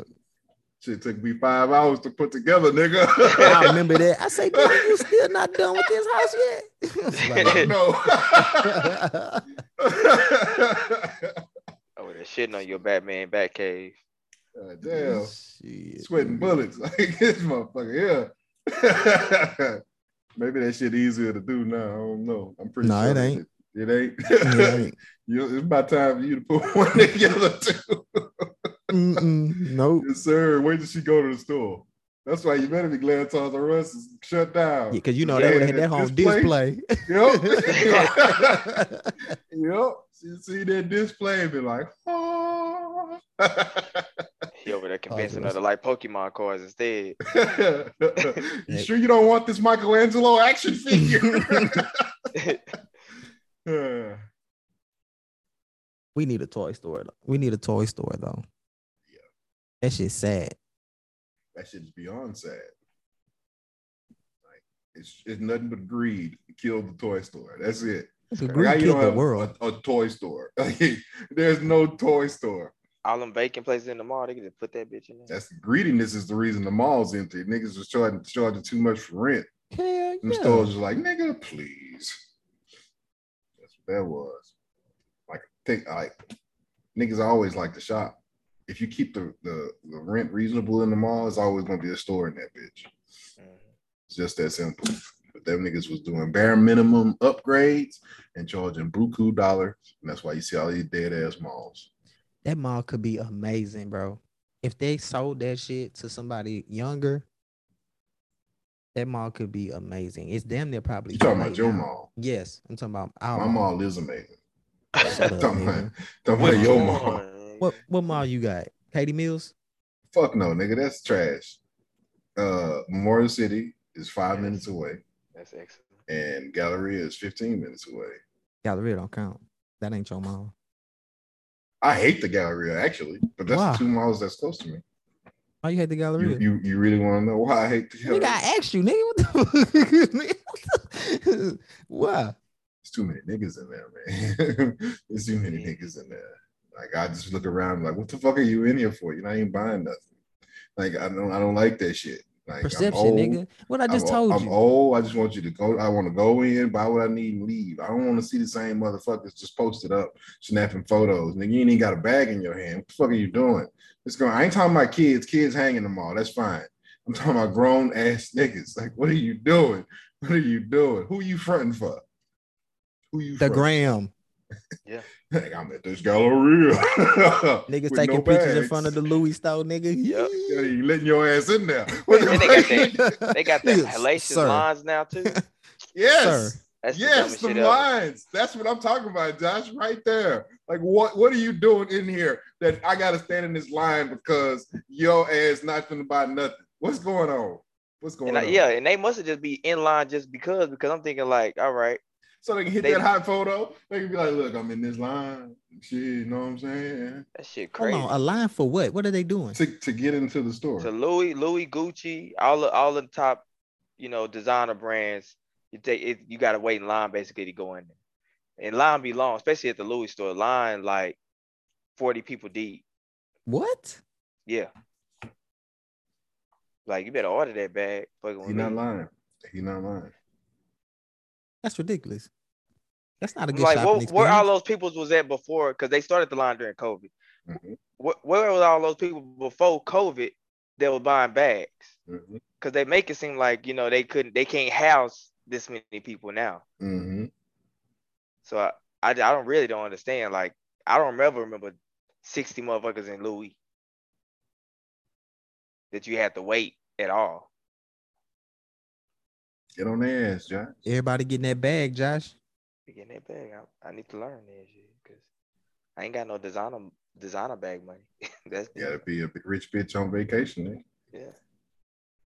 [SPEAKER 1] Shit took me five hours to put together,
[SPEAKER 3] I
[SPEAKER 1] nigga.
[SPEAKER 3] remember that. I say, "Damn, you still not done with this house yet?" It's like,
[SPEAKER 1] no.
[SPEAKER 2] oh, they're shitting on your Batman Batcave.
[SPEAKER 1] God damn.
[SPEAKER 3] Shit,
[SPEAKER 1] Sweating
[SPEAKER 3] dude.
[SPEAKER 1] bullets. Like this motherfucker, yeah. Maybe that shit easier to do now. I don't know. I'm pretty
[SPEAKER 3] No,
[SPEAKER 1] sure
[SPEAKER 3] it
[SPEAKER 1] that
[SPEAKER 3] ain't.
[SPEAKER 1] It, it ain't.
[SPEAKER 3] Yeah, ain't-
[SPEAKER 1] You- it's about time for you to put one together too.
[SPEAKER 3] Mm-mm, nope.
[SPEAKER 1] Yes, sir. Where did she go to the store? That's why you better be glad Toys R Us is shut down.
[SPEAKER 3] because you know they would have had that home display.
[SPEAKER 1] Yep. yep. She see that display and be like, oh.
[SPEAKER 2] He over there convincing
[SPEAKER 3] that's-
[SPEAKER 2] her to like Pokemon cards instead.
[SPEAKER 1] you sure you don't want this Michelangelo action figure? Uh,
[SPEAKER 3] we need a toy store. Though. We need a toy store though.
[SPEAKER 1] Yeah.
[SPEAKER 3] That shit's sad.
[SPEAKER 1] that shit is beyond sad. Like, it's, it's nothing but greed. Kill the toy store. That's it.
[SPEAKER 3] The
[SPEAKER 1] Like, how
[SPEAKER 3] Greek
[SPEAKER 1] you
[SPEAKER 3] killed
[SPEAKER 1] don't
[SPEAKER 3] the
[SPEAKER 1] have
[SPEAKER 3] world.
[SPEAKER 1] A, a toy store. There's no toy store.
[SPEAKER 2] All them vacant places in the mall, they can just put that bitch in there.
[SPEAKER 1] That's greediness is the reason the mall's empty. Niggas was charging charging too much for rent.
[SPEAKER 3] Hell
[SPEAKER 1] Them
[SPEAKER 3] yeah.
[SPEAKER 1] stores was like, nigga, please. That's what that was. Like, think like niggas always like to shop. If you keep the, the, the rent reasonable in the mall, it's always gonna be a store in that bitch.
[SPEAKER 2] Mhm.
[SPEAKER 1] It's just that simple. But them niggas was doing bare minimum upgrades and charging buku dollar, and that's why you see all these dead ass malls.
[SPEAKER 3] That mall could be amazing, bro. If they sold that shit to somebody younger, That mall could be amazing. It's damn near probably.
[SPEAKER 1] You talking about
[SPEAKER 3] right
[SPEAKER 1] your
[SPEAKER 3] now.
[SPEAKER 1] mall?
[SPEAKER 3] Yes, I'm talking about our
[SPEAKER 1] My
[SPEAKER 3] mall.
[SPEAKER 1] mall is amazing.
[SPEAKER 2] Mm-hmm.
[SPEAKER 3] Shut up,
[SPEAKER 1] Talking about,
[SPEAKER 3] nigga.
[SPEAKER 1] talking about your mall.
[SPEAKER 3] What what mall you got? Katie Mills.
[SPEAKER 1] Fuck no, nigga, that's trash. Uh, Memorial City is five
[SPEAKER 2] Yes.
[SPEAKER 1] minutes away,
[SPEAKER 2] That's excellent.
[SPEAKER 1] and Galleria is fifteen minutes away.
[SPEAKER 3] Galleria don't count. That ain't your mall.
[SPEAKER 1] I hate the Galleria actually, but that's
[SPEAKER 3] Why?
[SPEAKER 1] the two malls that's close to me.
[SPEAKER 3] Why you hate the
[SPEAKER 1] You,
[SPEAKER 3] Galleria?
[SPEAKER 1] you, you really want to know why I hate the Galleria?
[SPEAKER 3] Nigga, I asked you, nigga. What the fuck? nigga? Why?
[SPEAKER 1] It's too many niggas in there, man. There's too many
[SPEAKER 2] Yeah.
[SPEAKER 1] niggas in there. Like I just look around, like, what the fuck are you in here for? You're not even buying nothing. Like I don't, I don't like that shit. Like I'm
[SPEAKER 3] Perception,
[SPEAKER 1] old.
[SPEAKER 3] nigga. What I just
[SPEAKER 1] I'm,
[SPEAKER 3] told
[SPEAKER 1] I'm
[SPEAKER 3] you.
[SPEAKER 1] old. I just want you to go. I want to go in, buy what I need, and leave. I don't want to see the same motherfuckers just posted up, snapping photos. Nigga, you ain't even got a bag in your hand. What the fuck are you doing? It's going. I ain't talking about kids. Kids hanging them all. That's fine. I'm talking about grown ass niggas. Like, what are you doing? What are you doing? Who you fronting for? Who you?
[SPEAKER 3] The
[SPEAKER 1] fronting?
[SPEAKER 3] gram.
[SPEAKER 1] Like, I'm at this galleria.
[SPEAKER 3] Niggas
[SPEAKER 1] with
[SPEAKER 3] taking
[SPEAKER 1] no
[SPEAKER 3] pictures in
[SPEAKER 1] bags.
[SPEAKER 3] front of the Louis store, nigga.
[SPEAKER 2] Yup.
[SPEAKER 1] Yeah, you letting your ass in there? What the
[SPEAKER 2] And they got
[SPEAKER 1] fuck?
[SPEAKER 2] They got the
[SPEAKER 3] Nigga,
[SPEAKER 2] hellacious
[SPEAKER 3] sir.
[SPEAKER 2] lines now too.
[SPEAKER 1] Yes.
[SPEAKER 3] Sir.
[SPEAKER 2] That's
[SPEAKER 1] yes,
[SPEAKER 2] the
[SPEAKER 1] the
[SPEAKER 2] dumbest shit ever.
[SPEAKER 1] lines. That's what I'm talking about, Josh. Right there. Like, what what are you doing in here that I gotta stand in this line because your ass not gonna buy nothing? What's going on? What's going
[SPEAKER 2] And I-
[SPEAKER 1] on?
[SPEAKER 2] yeah, and they must have just be in line just because. Because I'm thinking like, all right,
[SPEAKER 1] So they can hit
[SPEAKER 2] They-
[SPEAKER 1] that hot photo. They can be like, look, I'm in this line. Shit, you know what I'm saying?
[SPEAKER 2] that shit
[SPEAKER 3] Hold
[SPEAKER 2] crazy.
[SPEAKER 3] on, a line for what? What are they doing?
[SPEAKER 1] To, to get into the store.
[SPEAKER 2] So Louis, Louis, Gucci, all the all the top, you know, designer brands. You take it, you gotta wait in line basically to go in there. And line be long, especially at the Louis store. Line like 40 people deep.
[SPEAKER 3] What?
[SPEAKER 2] Yeah. Like you better order that bag. Fucking with
[SPEAKER 1] He not
[SPEAKER 2] me.
[SPEAKER 1] lying. He not lying.
[SPEAKER 3] That's ridiculous. That's not a
[SPEAKER 2] I'm
[SPEAKER 3] good
[SPEAKER 2] Like
[SPEAKER 3] shopping
[SPEAKER 2] where, where all those
[SPEAKER 3] experience.
[SPEAKER 2] peoples was at before? Because they started the line during COVID.
[SPEAKER 1] Mhm,
[SPEAKER 2] Where, where was all those people before COVID that were buying bags?
[SPEAKER 1] mhm,
[SPEAKER 2] Because they make it seem like you know they couldn't, they can't house this many people now.
[SPEAKER 1] mhm.
[SPEAKER 2] So I, I, I don't really don't understand. Like I don't ever remember sixty motherfuckers in Louis that you had to wait at all.
[SPEAKER 1] Get on their ass, Josh.
[SPEAKER 3] Everybody getting that bag, Josh.
[SPEAKER 2] Be Getting that bag, I, I need to learn that shit because I ain't got no designer designer bag money. That's
[SPEAKER 1] You gotta be a b- rich bitch on vacation, eh?
[SPEAKER 2] yeah.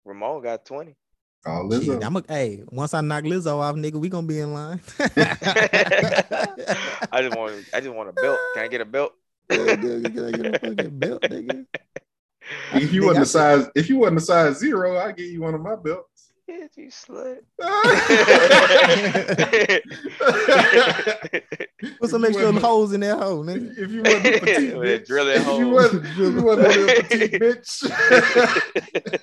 [SPEAKER 2] Ramon got twenty.
[SPEAKER 1] All this
[SPEAKER 3] Shit, I'm a, hey, once I knock Lizzo off, nigga, we gonna be in line.
[SPEAKER 2] I just want I just want a belt. Can I get a belt?
[SPEAKER 3] Yeah, dude, can I get a fucking belt, nigga?
[SPEAKER 1] If you
[SPEAKER 3] Nigga,
[SPEAKER 1] wasn't
[SPEAKER 3] I
[SPEAKER 1] a size, if you wasn't a size zero, I'd get you one of my belts.
[SPEAKER 2] Yeah, you slut.
[SPEAKER 3] Put
[SPEAKER 1] If you
[SPEAKER 3] some extra
[SPEAKER 1] wasn't-
[SPEAKER 3] holes in that hole, nigga.
[SPEAKER 1] If you wasn't a petite
[SPEAKER 2] Yeah,
[SPEAKER 1] bitch,
[SPEAKER 2] drill that
[SPEAKER 1] if you
[SPEAKER 2] hole.
[SPEAKER 1] wasn't, if you wasn't a little petite bitch,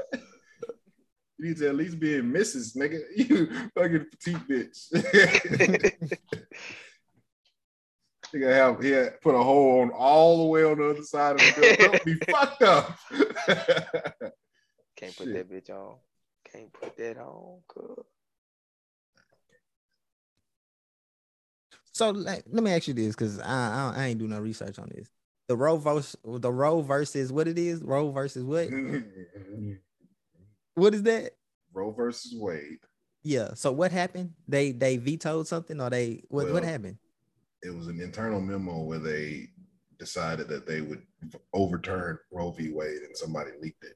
[SPEAKER 1] you need to at least be in Mrs. Nigga, you fucking petite bitch. you gotta have yeah, put a hole on all the way on the other side of the belt. Don't be fucked up.
[SPEAKER 2] Can't put
[SPEAKER 1] Shit.
[SPEAKER 2] that bitch on. Can't put that on. cuz.
[SPEAKER 3] So like, let me ask you this, because I, I I ain't do no research on this. The row versus the row versus what it is? Row versus what? What is that?
[SPEAKER 1] Roe versus Wade.
[SPEAKER 3] Yeah. So what happened? They they vetoed something or they what what
[SPEAKER 1] Well,
[SPEAKER 3] happened?
[SPEAKER 1] it was an internal memo where they decided that they would overturn Roe v. Wade, and somebody leaked it.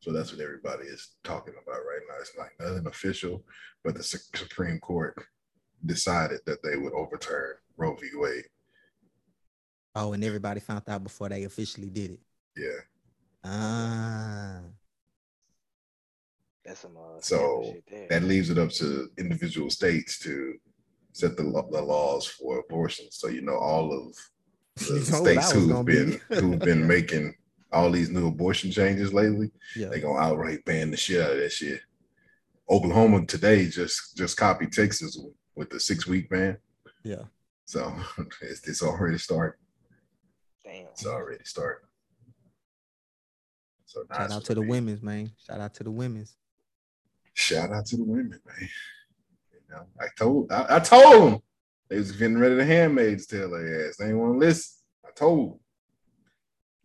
[SPEAKER 1] So that's what everybody is talking about right now. It's like nothing official, but the Su- Supreme Court decided that they would overturn Roe v. Wade.
[SPEAKER 3] Oh, and everybody found out before they officially did it.
[SPEAKER 1] Yeah,
[SPEAKER 3] Ah.
[SPEAKER 2] That's some uh,
[SPEAKER 1] So,
[SPEAKER 2] scandal shit there.
[SPEAKER 1] that leaves it up to individual states to set the, lo- the laws for abortion. So you know all of the
[SPEAKER 3] You know what I
[SPEAKER 1] states
[SPEAKER 3] was
[SPEAKER 1] who've
[SPEAKER 3] gonna be.
[SPEAKER 1] been who've been making all these new abortion changes lately.
[SPEAKER 3] Yeah.
[SPEAKER 1] they gonna outright ban the shit out of that shit. Oklahoma today just just copied Texas with the six week ban.
[SPEAKER 3] Yeah.
[SPEAKER 1] So it's, it's already starting.
[SPEAKER 2] Damn.
[SPEAKER 1] It's already starting. So now
[SPEAKER 3] Shout
[SPEAKER 1] it's
[SPEAKER 3] out to
[SPEAKER 1] gonna
[SPEAKER 3] the
[SPEAKER 1] be-
[SPEAKER 3] women's, man. Shout out to the women's.
[SPEAKER 1] Shout out to the women, man. You know, I told I, I told them they was getting ready to handmaids tell their ass. They ain't want to listen. I told them.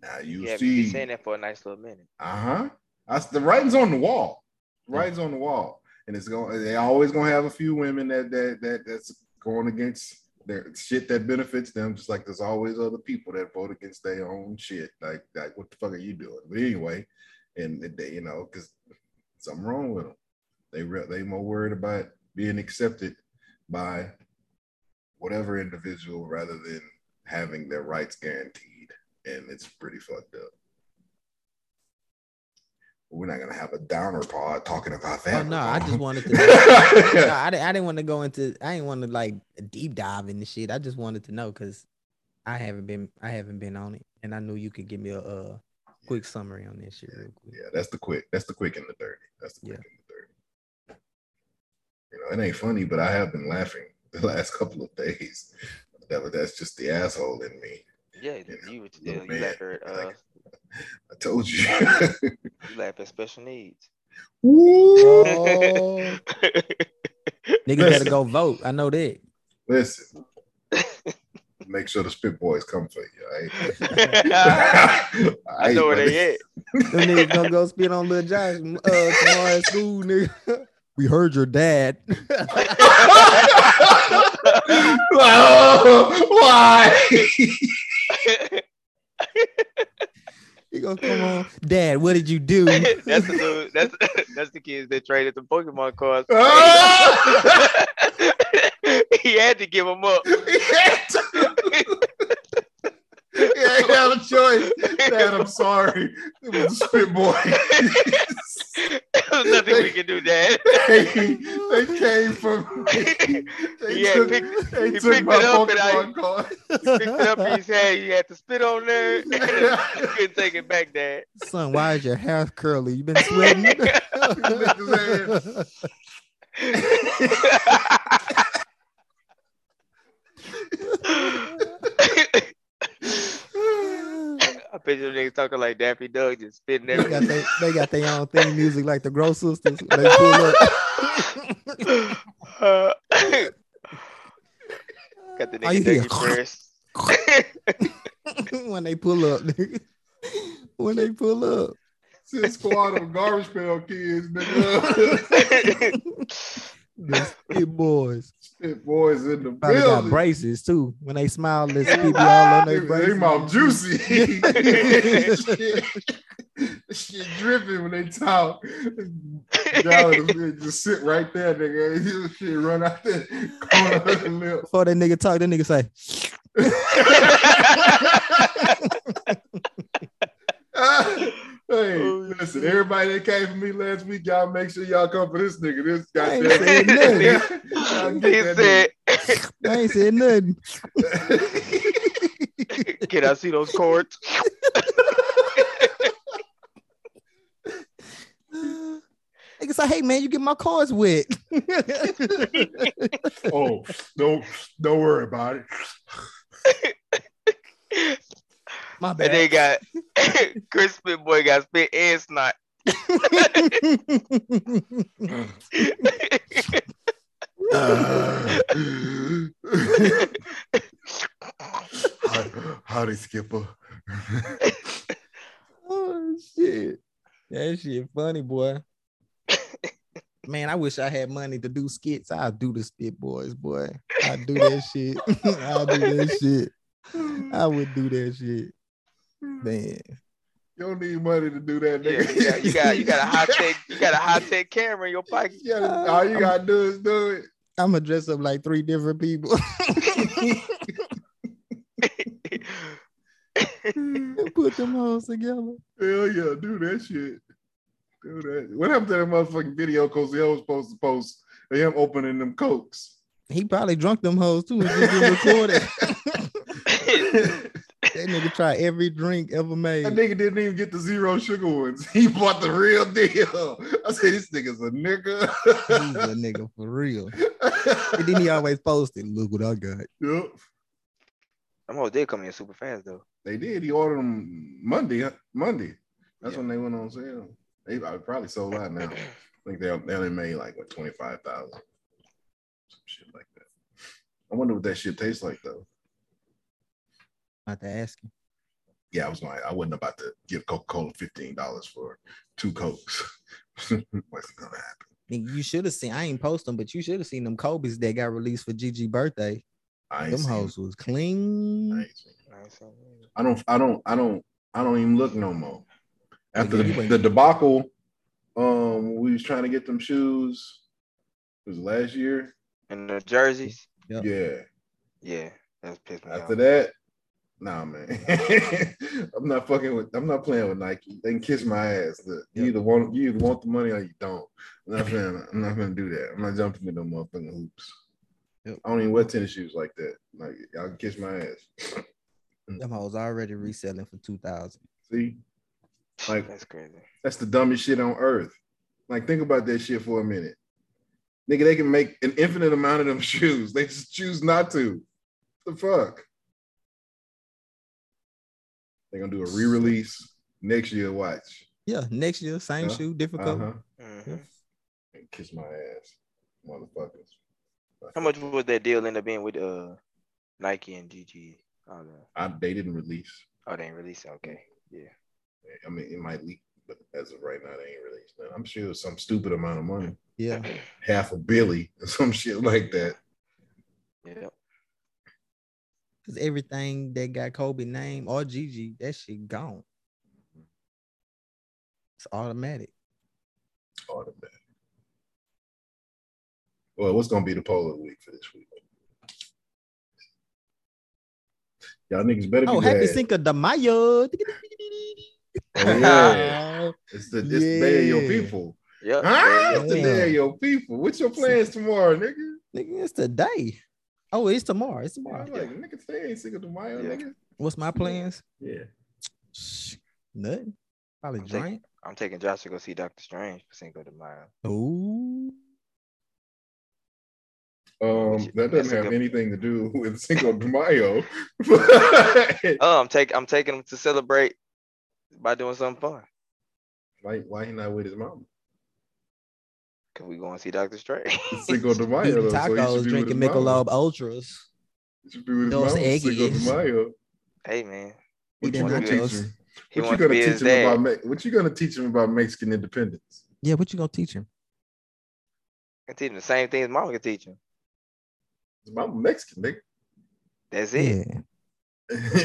[SPEAKER 1] Now you
[SPEAKER 2] You have been
[SPEAKER 1] see,
[SPEAKER 2] saying that for a nice little minute.
[SPEAKER 1] uh huh. I, the writing's on the wall. The writing's on the wall, and it's going. They always gonna have a few women that that that that's going against their shit that benefits them, just like there's always other people that vote against their own shit. Like like what the fuck are you doing? But anyway, and they, you know, because something wrong with them. They re- they more worried about being accepted by whatever individual rather than having their rights guaranteed, and it's pretty fucked up. We're not gonna have a downer pod talking about that.
[SPEAKER 3] Oh, no, I just wanted to. no,
[SPEAKER 1] to.
[SPEAKER 3] I, di- I didn't want to go into. I didn't want to like deep dive into shit. I just wanted to know because I haven't been. I haven't been on it, and I knew you could give me a, uh quick summary on this shit real quick.
[SPEAKER 1] yeah, that's the quick. That's the quick and the dirty. That's the quick
[SPEAKER 3] Yeah.
[SPEAKER 1] and the dirty. You know, it ain't funny, but I have been laughing the last couple of days. That was that's just the asshole in me.
[SPEAKER 2] Yeah,
[SPEAKER 1] Yeah,
[SPEAKER 2] you would
[SPEAKER 1] little
[SPEAKER 2] still you
[SPEAKER 1] man.
[SPEAKER 2] laugh at uh,
[SPEAKER 1] Like- I told you.
[SPEAKER 2] you laugh at special needs.
[SPEAKER 1] Woo!
[SPEAKER 3] Niggas better go vote. I know that.
[SPEAKER 1] Listen, make sure the spit boys come for you. All right?
[SPEAKER 2] I
[SPEAKER 1] Aight,
[SPEAKER 2] know where
[SPEAKER 1] buddy.
[SPEAKER 2] they at.
[SPEAKER 3] Them niggas gonna go spit on little Josh uh, tomorrow at school, nigga. We heard your dad.
[SPEAKER 1] Oh, why?
[SPEAKER 3] he gonna come on, Dad. What did you do?
[SPEAKER 2] that's the dude, that's that's the kids that traded the Pokemon cards.
[SPEAKER 1] Ah!
[SPEAKER 2] he had to give them up.
[SPEAKER 1] he had to. He ain't had a choice. Dad, I'm sorry. It was a spit boy.
[SPEAKER 2] There's nothing we can do, Dad.
[SPEAKER 1] they, they came from. They,
[SPEAKER 2] Yeah,
[SPEAKER 1] took,
[SPEAKER 2] picked-
[SPEAKER 1] they
[SPEAKER 2] he
[SPEAKER 1] took
[SPEAKER 2] picked
[SPEAKER 1] my
[SPEAKER 2] it up and I-
[SPEAKER 1] Pokemon card.
[SPEAKER 2] Picked it up in his hand. You had to spit on there. couldn't take it back, Dad.
[SPEAKER 3] Son, why is your hair curly? You been sweating?
[SPEAKER 2] I picture the niggas talking like Daffy Duck, just spitting
[SPEAKER 3] they got
[SPEAKER 2] everything.
[SPEAKER 3] they, they got their own thing music like the Gross Sisters. They pull up.
[SPEAKER 2] Uh, got the
[SPEAKER 3] All you
[SPEAKER 2] nigga
[SPEAKER 3] hear-
[SPEAKER 2] Ducky Press.
[SPEAKER 3] when they pull up, nigga. When they pull up.
[SPEAKER 1] It's a squad of garbage pail kids, nigga.
[SPEAKER 3] The spit boys.
[SPEAKER 1] Shit, boys in the
[SPEAKER 3] Probably got
[SPEAKER 1] building.
[SPEAKER 3] braces too. When they smile, let's people all on
[SPEAKER 1] They,
[SPEAKER 3] their
[SPEAKER 1] they
[SPEAKER 3] braces.
[SPEAKER 1] mouth juicy. shit, shit dripping when they talk. Y'all just- just sit right there, nigga. You shit run out the corner of the lip.
[SPEAKER 3] Before that nigga talk, that nigga say,
[SPEAKER 1] hey,
[SPEAKER 2] Oh,
[SPEAKER 1] listen,
[SPEAKER 2] shit.
[SPEAKER 1] everybody that came for me last week, y'all make sure y'all come for this nigga. This
[SPEAKER 3] I ain't
[SPEAKER 1] goddamn
[SPEAKER 3] saying nothing.
[SPEAKER 1] Y'all
[SPEAKER 2] he
[SPEAKER 1] get that
[SPEAKER 2] said,
[SPEAKER 3] I ain't said nothing.
[SPEAKER 1] nigga.
[SPEAKER 2] Can I see those cords?
[SPEAKER 3] Nigga say, hey man, you get my cars wet.
[SPEAKER 1] oh, don't don't worry about it.
[SPEAKER 3] my
[SPEAKER 2] And they got
[SPEAKER 3] bad.
[SPEAKER 2] Chris Spit Boy got spit and snot.
[SPEAKER 1] How- Howdy, Skipper.
[SPEAKER 3] oh shit. That shit funny, boy. Man, I wish I had money to do skits. I'll do the spit boys, boy. I do that shit. I'll do that shit. I would do that shit. Man.
[SPEAKER 1] You don't need money to do that,
[SPEAKER 2] Yeah,
[SPEAKER 1] nigga.
[SPEAKER 2] you got you got you got a hot tech you got a hot tech camera in your pocket.
[SPEAKER 1] You gotta- all you gotta do is do it.
[SPEAKER 3] I'ma dress up like three different people. and put them hoes together.
[SPEAKER 1] Hell yeah, do that shit. Do that. What happened to that motherfucking video Cozy was supposed to post of him opening them cokes?
[SPEAKER 3] He probably drunk them hoes too and just get recorded.
[SPEAKER 1] that
[SPEAKER 3] that nigga try every drink ever made.
[SPEAKER 1] nigga didn't even get the zero sugar ones. He bought the real deal. I said, this nigga's a
[SPEAKER 3] He's
[SPEAKER 1] nigga.
[SPEAKER 3] a nigga for real. And then he always posted, look what I got.
[SPEAKER 1] Yep.
[SPEAKER 2] I'm all did come in super fast though.
[SPEAKER 1] They did. He ordered them Monday. huh? Monday. That's
[SPEAKER 2] Yeah.
[SPEAKER 1] when they went on sale. They I probably sold out now. I think they they only made like what twenty five thousand, some shit like that. I wonder what that shit tastes like though.
[SPEAKER 3] Not to ask him.
[SPEAKER 1] yeah, I was going. I wasn't about to give Coca Cola fifteen dollars for two cokes. Wasn't gonna happen.
[SPEAKER 3] Nigga, you should have seen. I ain't post them, but you should have seen them Kobe's that got released for Gigi birthday.
[SPEAKER 1] I ain't
[SPEAKER 3] Them
[SPEAKER 1] seen it.
[SPEAKER 3] hoes was
[SPEAKER 1] I,
[SPEAKER 3] clean.
[SPEAKER 1] ain't seen it. I don't. I don't. I don't. I don't even look no more. After
[SPEAKER 3] Yeah, you
[SPEAKER 1] the,
[SPEAKER 3] ain't-
[SPEAKER 1] the debacle, um, we was trying to get them shoes. It was last year.
[SPEAKER 2] And the jerseys.
[SPEAKER 3] Yep.
[SPEAKER 1] Yeah.
[SPEAKER 2] Yeah, that's pissed me off.
[SPEAKER 1] After that, nah, man. I'm not fucking with. I'm not playing with Nike. They can kiss my ass. Look, you
[SPEAKER 3] Yep.
[SPEAKER 1] either want you either want the money or you don't. I'm not gonna. I'm not gonna do that. I'm not jumping in no motherfucking hoops.
[SPEAKER 3] Yep.
[SPEAKER 1] I don't even wear tennis shoes like that. Like y'all can kiss my ass.
[SPEAKER 3] Them hoes already reselling for two thousand.
[SPEAKER 1] See, like
[SPEAKER 2] that's crazy.
[SPEAKER 1] That's the dumbest shit on earth. Like, think about that shit for a minute. Nigga, they can make an infinite amount of them shoes. They just choose not to. The fuck? They're gonna do a re-release next year. Watch.
[SPEAKER 3] Yeah, next year, same
[SPEAKER 1] Yeah.
[SPEAKER 3] shoe, different color.
[SPEAKER 1] Uh-huh.
[SPEAKER 2] Mhm.
[SPEAKER 1] And kiss my ass, motherfuckers.
[SPEAKER 2] How much would that deal end up being with uh Nike and GG? Oh, no.
[SPEAKER 1] I, they didn't release.
[SPEAKER 2] oh they ain't released. it, Okay. Yeah.
[SPEAKER 1] I mean, it might leak, but as of right now, they ain't released. none. I'm sure it was some stupid amount of money,
[SPEAKER 3] Yeah,
[SPEAKER 1] half a billy or some shit like that.
[SPEAKER 2] Yeah.
[SPEAKER 3] because everything that got Kobe name or Gigi, that shit gone. It's automatic.
[SPEAKER 1] automatic. Well, what's gonna be the poll of the week for this week? Y'all niggas better be
[SPEAKER 3] Oh,
[SPEAKER 1] glad.
[SPEAKER 3] happy Cinco de Mayo!
[SPEAKER 1] Oh, yeah. it's the it's the day of your
[SPEAKER 3] Yeah.
[SPEAKER 1] people.
[SPEAKER 2] Yep.
[SPEAKER 1] Huh?
[SPEAKER 2] Yeah,
[SPEAKER 1] It's the day of your people. What's your plans tomorrow, nigga?
[SPEAKER 3] Nigga, it's today. Oh, it's tomorrow. It's
[SPEAKER 1] I'm
[SPEAKER 3] tomorrow.
[SPEAKER 1] like, nigga, today ain't single to Mayo,
[SPEAKER 2] Yeah.
[SPEAKER 1] nigga.
[SPEAKER 3] What's my plans?
[SPEAKER 1] Yeah.
[SPEAKER 3] Shh, Nothing. Probably
[SPEAKER 2] I'm taking-
[SPEAKER 3] drink.
[SPEAKER 2] I'm taking Josh to go see Doctor Strange for Cinco de Mayo.
[SPEAKER 3] Ooh.
[SPEAKER 1] Um, that
[SPEAKER 2] That's a
[SPEAKER 1] doesn't have
[SPEAKER 2] good-
[SPEAKER 1] anything to do with Cinco de Mayo.
[SPEAKER 2] Oh, I'm taking I'm taking him to celebrate by doing something fun.
[SPEAKER 1] why, why he not with his mom?
[SPEAKER 2] Cause we going to see Doctor Strange.
[SPEAKER 1] It's Cinco de Mayo.
[SPEAKER 3] Eating
[SPEAKER 1] though, so he should
[SPEAKER 3] tacos,
[SPEAKER 1] be with
[SPEAKER 3] drinking
[SPEAKER 1] his mama.
[SPEAKER 3] Michelob Ultras.
[SPEAKER 1] He should be with his
[SPEAKER 3] Those
[SPEAKER 1] mama. Cinco de
[SPEAKER 3] eggies.
[SPEAKER 1] Mayo.
[SPEAKER 2] hey
[SPEAKER 1] What
[SPEAKER 2] man, He
[SPEAKER 1] you
[SPEAKER 3] Eating
[SPEAKER 1] gonna
[SPEAKER 2] wants to be
[SPEAKER 1] teach
[SPEAKER 3] nachos.
[SPEAKER 1] him?
[SPEAKER 2] he
[SPEAKER 1] What you
[SPEAKER 2] wants to
[SPEAKER 1] gonna
[SPEAKER 2] be
[SPEAKER 1] teach
[SPEAKER 2] his
[SPEAKER 1] him
[SPEAKER 2] dad.
[SPEAKER 1] about? Me- What you gonna teach him about Mexican independence?
[SPEAKER 3] Yeah, what you gonna teach him?
[SPEAKER 2] I teach him the same thing his mama can teach him.
[SPEAKER 1] His mama Mexican, nigga.
[SPEAKER 2] That's it.
[SPEAKER 3] Yeah.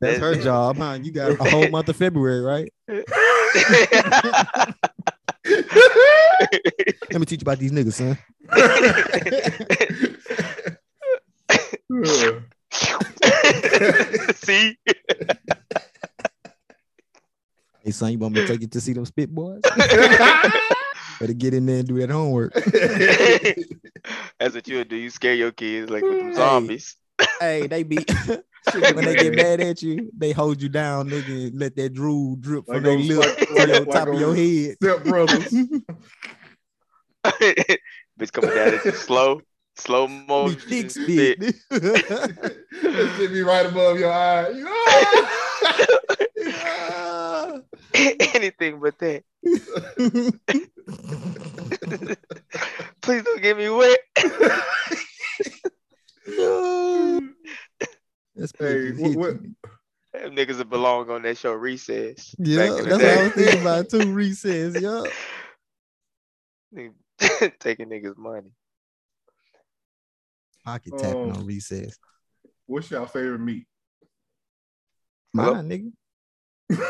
[SPEAKER 3] That's her
[SPEAKER 2] it.
[SPEAKER 3] job, huh? You got a whole month of February, right? Let me teach you about these niggas, son.
[SPEAKER 2] see,
[SPEAKER 3] Hey, son, you want me to take you to see them spit boys? Better get in there and do that homework.
[SPEAKER 2] that's what you would do. You scare your kids like with them
[SPEAKER 3] Hey.
[SPEAKER 2] zombies.
[SPEAKER 3] hey, they be when they get mad at you, they hold you down, nigga, and let that drool drip
[SPEAKER 1] Like
[SPEAKER 3] from their
[SPEAKER 1] those-
[SPEAKER 3] lip
[SPEAKER 1] like-
[SPEAKER 3] to
[SPEAKER 1] like-
[SPEAKER 3] your
[SPEAKER 1] like
[SPEAKER 3] top of your
[SPEAKER 1] those-
[SPEAKER 3] head.
[SPEAKER 1] Step brothers.
[SPEAKER 2] Bitch coming down at you slow, slow
[SPEAKER 3] Be
[SPEAKER 2] motion.
[SPEAKER 3] thick
[SPEAKER 2] Oh, shit.
[SPEAKER 3] spit.
[SPEAKER 1] That shit be right above your eye. You- Ah!
[SPEAKER 3] Ah.
[SPEAKER 2] Anything but that. Please don't get me wet.
[SPEAKER 3] That's
[SPEAKER 1] Hey,
[SPEAKER 3] pretty
[SPEAKER 1] what, what,
[SPEAKER 3] hit.
[SPEAKER 2] Them niggas that belong on that show recess. Back
[SPEAKER 3] Yeah,
[SPEAKER 2] in
[SPEAKER 3] that's
[SPEAKER 2] the
[SPEAKER 3] what I
[SPEAKER 2] day.
[SPEAKER 3] was thinking about too. Recess, yeah.
[SPEAKER 2] Nigga- Taking niggas money.
[SPEAKER 3] Pocket tapping
[SPEAKER 1] Oh.
[SPEAKER 3] on recess.
[SPEAKER 1] what's your favorite meat?
[SPEAKER 2] Hello?
[SPEAKER 3] Mine, nigga.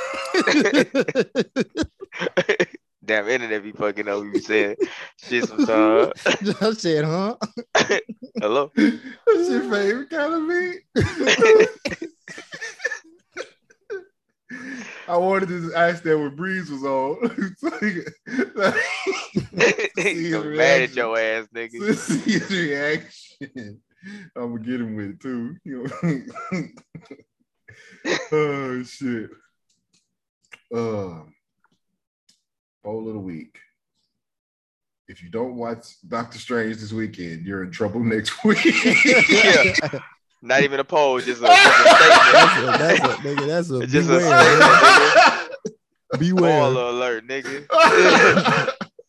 [SPEAKER 2] Damn internet be fucking over you saying shit sometimes.
[SPEAKER 3] I said, huh?
[SPEAKER 2] Hello.
[SPEAKER 1] What's your favorite kind of meat? I wanted to ask that when Breeze was on. his
[SPEAKER 2] Come mad at
[SPEAKER 1] reaction.
[SPEAKER 2] your ass, nigga.
[SPEAKER 1] Let's see his reaction. I'm gonna get him with it too. You know? oh shit. Um, bowl of the week. If you don't watch Doctor Strange this weekend, you're in trouble next week.
[SPEAKER 2] Yeah. Not even a poll, just a, just a statement.
[SPEAKER 3] That's a, that's a, nigga, that's a
[SPEAKER 2] Just a
[SPEAKER 3] beware.
[SPEAKER 2] statement.
[SPEAKER 3] beware.
[SPEAKER 2] Spoiler alert,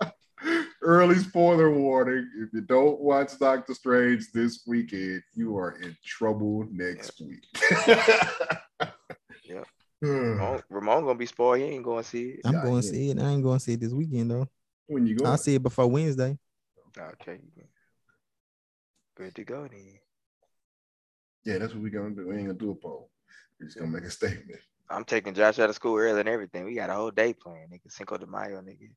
[SPEAKER 2] nigga.
[SPEAKER 1] early spoiler warning. If you don't watch Doctor Strange this weekend, you are in trouble next week.
[SPEAKER 2] Yeah. Oh.
[SPEAKER 1] Hmm.
[SPEAKER 2] Ramon, Ramon gonna be spoiled. He ain't gonna see it.
[SPEAKER 3] I'm
[SPEAKER 1] Yeah,
[SPEAKER 3] going to
[SPEAKER 1] yeah.
[SPEAKER 3] see it. I ain't going to see it this weekend though.
[SPEAKER 1] When you go,
[SPEAKER 3] I'll see it before Wednesday.
[SPEAKER 2] Okay. Good to go then.
[SPEAKER 1] yeah, that's what we're gonna do. We ain't gonna do a poll. We're just gonna make a statement.
[SPEAKER 2] I'm taking Josh out of school early and everything. We got a whole day playing, nigga. Cinco de Mayo, nigga.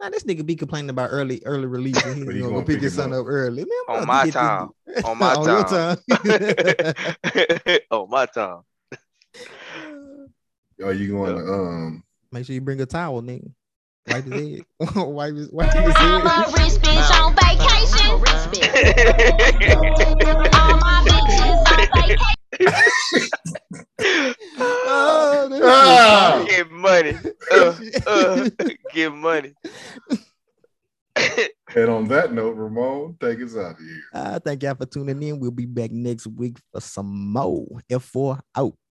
[SPEAKER 3] Now this nigga be complaining about early early release. and He's
[SPEAKER 1] But
[SPEAKER 3] gonna,
[SPEAKER 1] he
[SPEAKER 3] go
[SPEAKER 1] gonna
[SPEAKER 3] pick
[SPEAKER 1] pick
[SPEAKER 3] his
[SPEAKER 1] him
[SPEAKER 3] son
[SPEAKER 1] up.
[SPEAKER 3] up early. Man, I'm
[SPEAKER 2] On
[SPEAKER 3] about
[SPEAKER 2] my
[SPEAKER 3] to get
[SPEAKER 2] time. On my
[SPEAKER 3] this- on
[SPEAKER 2] time. oh my time.
[SPEAKER 3] your time.
[SPEAKER 1] Are you going to um?
[SPEAKER 3] Make sure you bring a towel, nigga. Wipe his head. wipe his wipe his
[SPEAKER 4] I'm a
[SPEAKER 3] head.
[SPEAKER 4] rich bitch on vacation. All my bitches on vacation.
[SPEAKER 3] Oh, this
[SPEAKER 1] Ah!
[SPEAKER 3] nigga
[SPEAKER 2] get money. Uh, uh, get money.
[SPEAKER 1] And on that note, Ramon, take us out of here.
[SPEAKER 3] Uh, thank y'all for tuning in. We'll be back next week for some more. F4 out.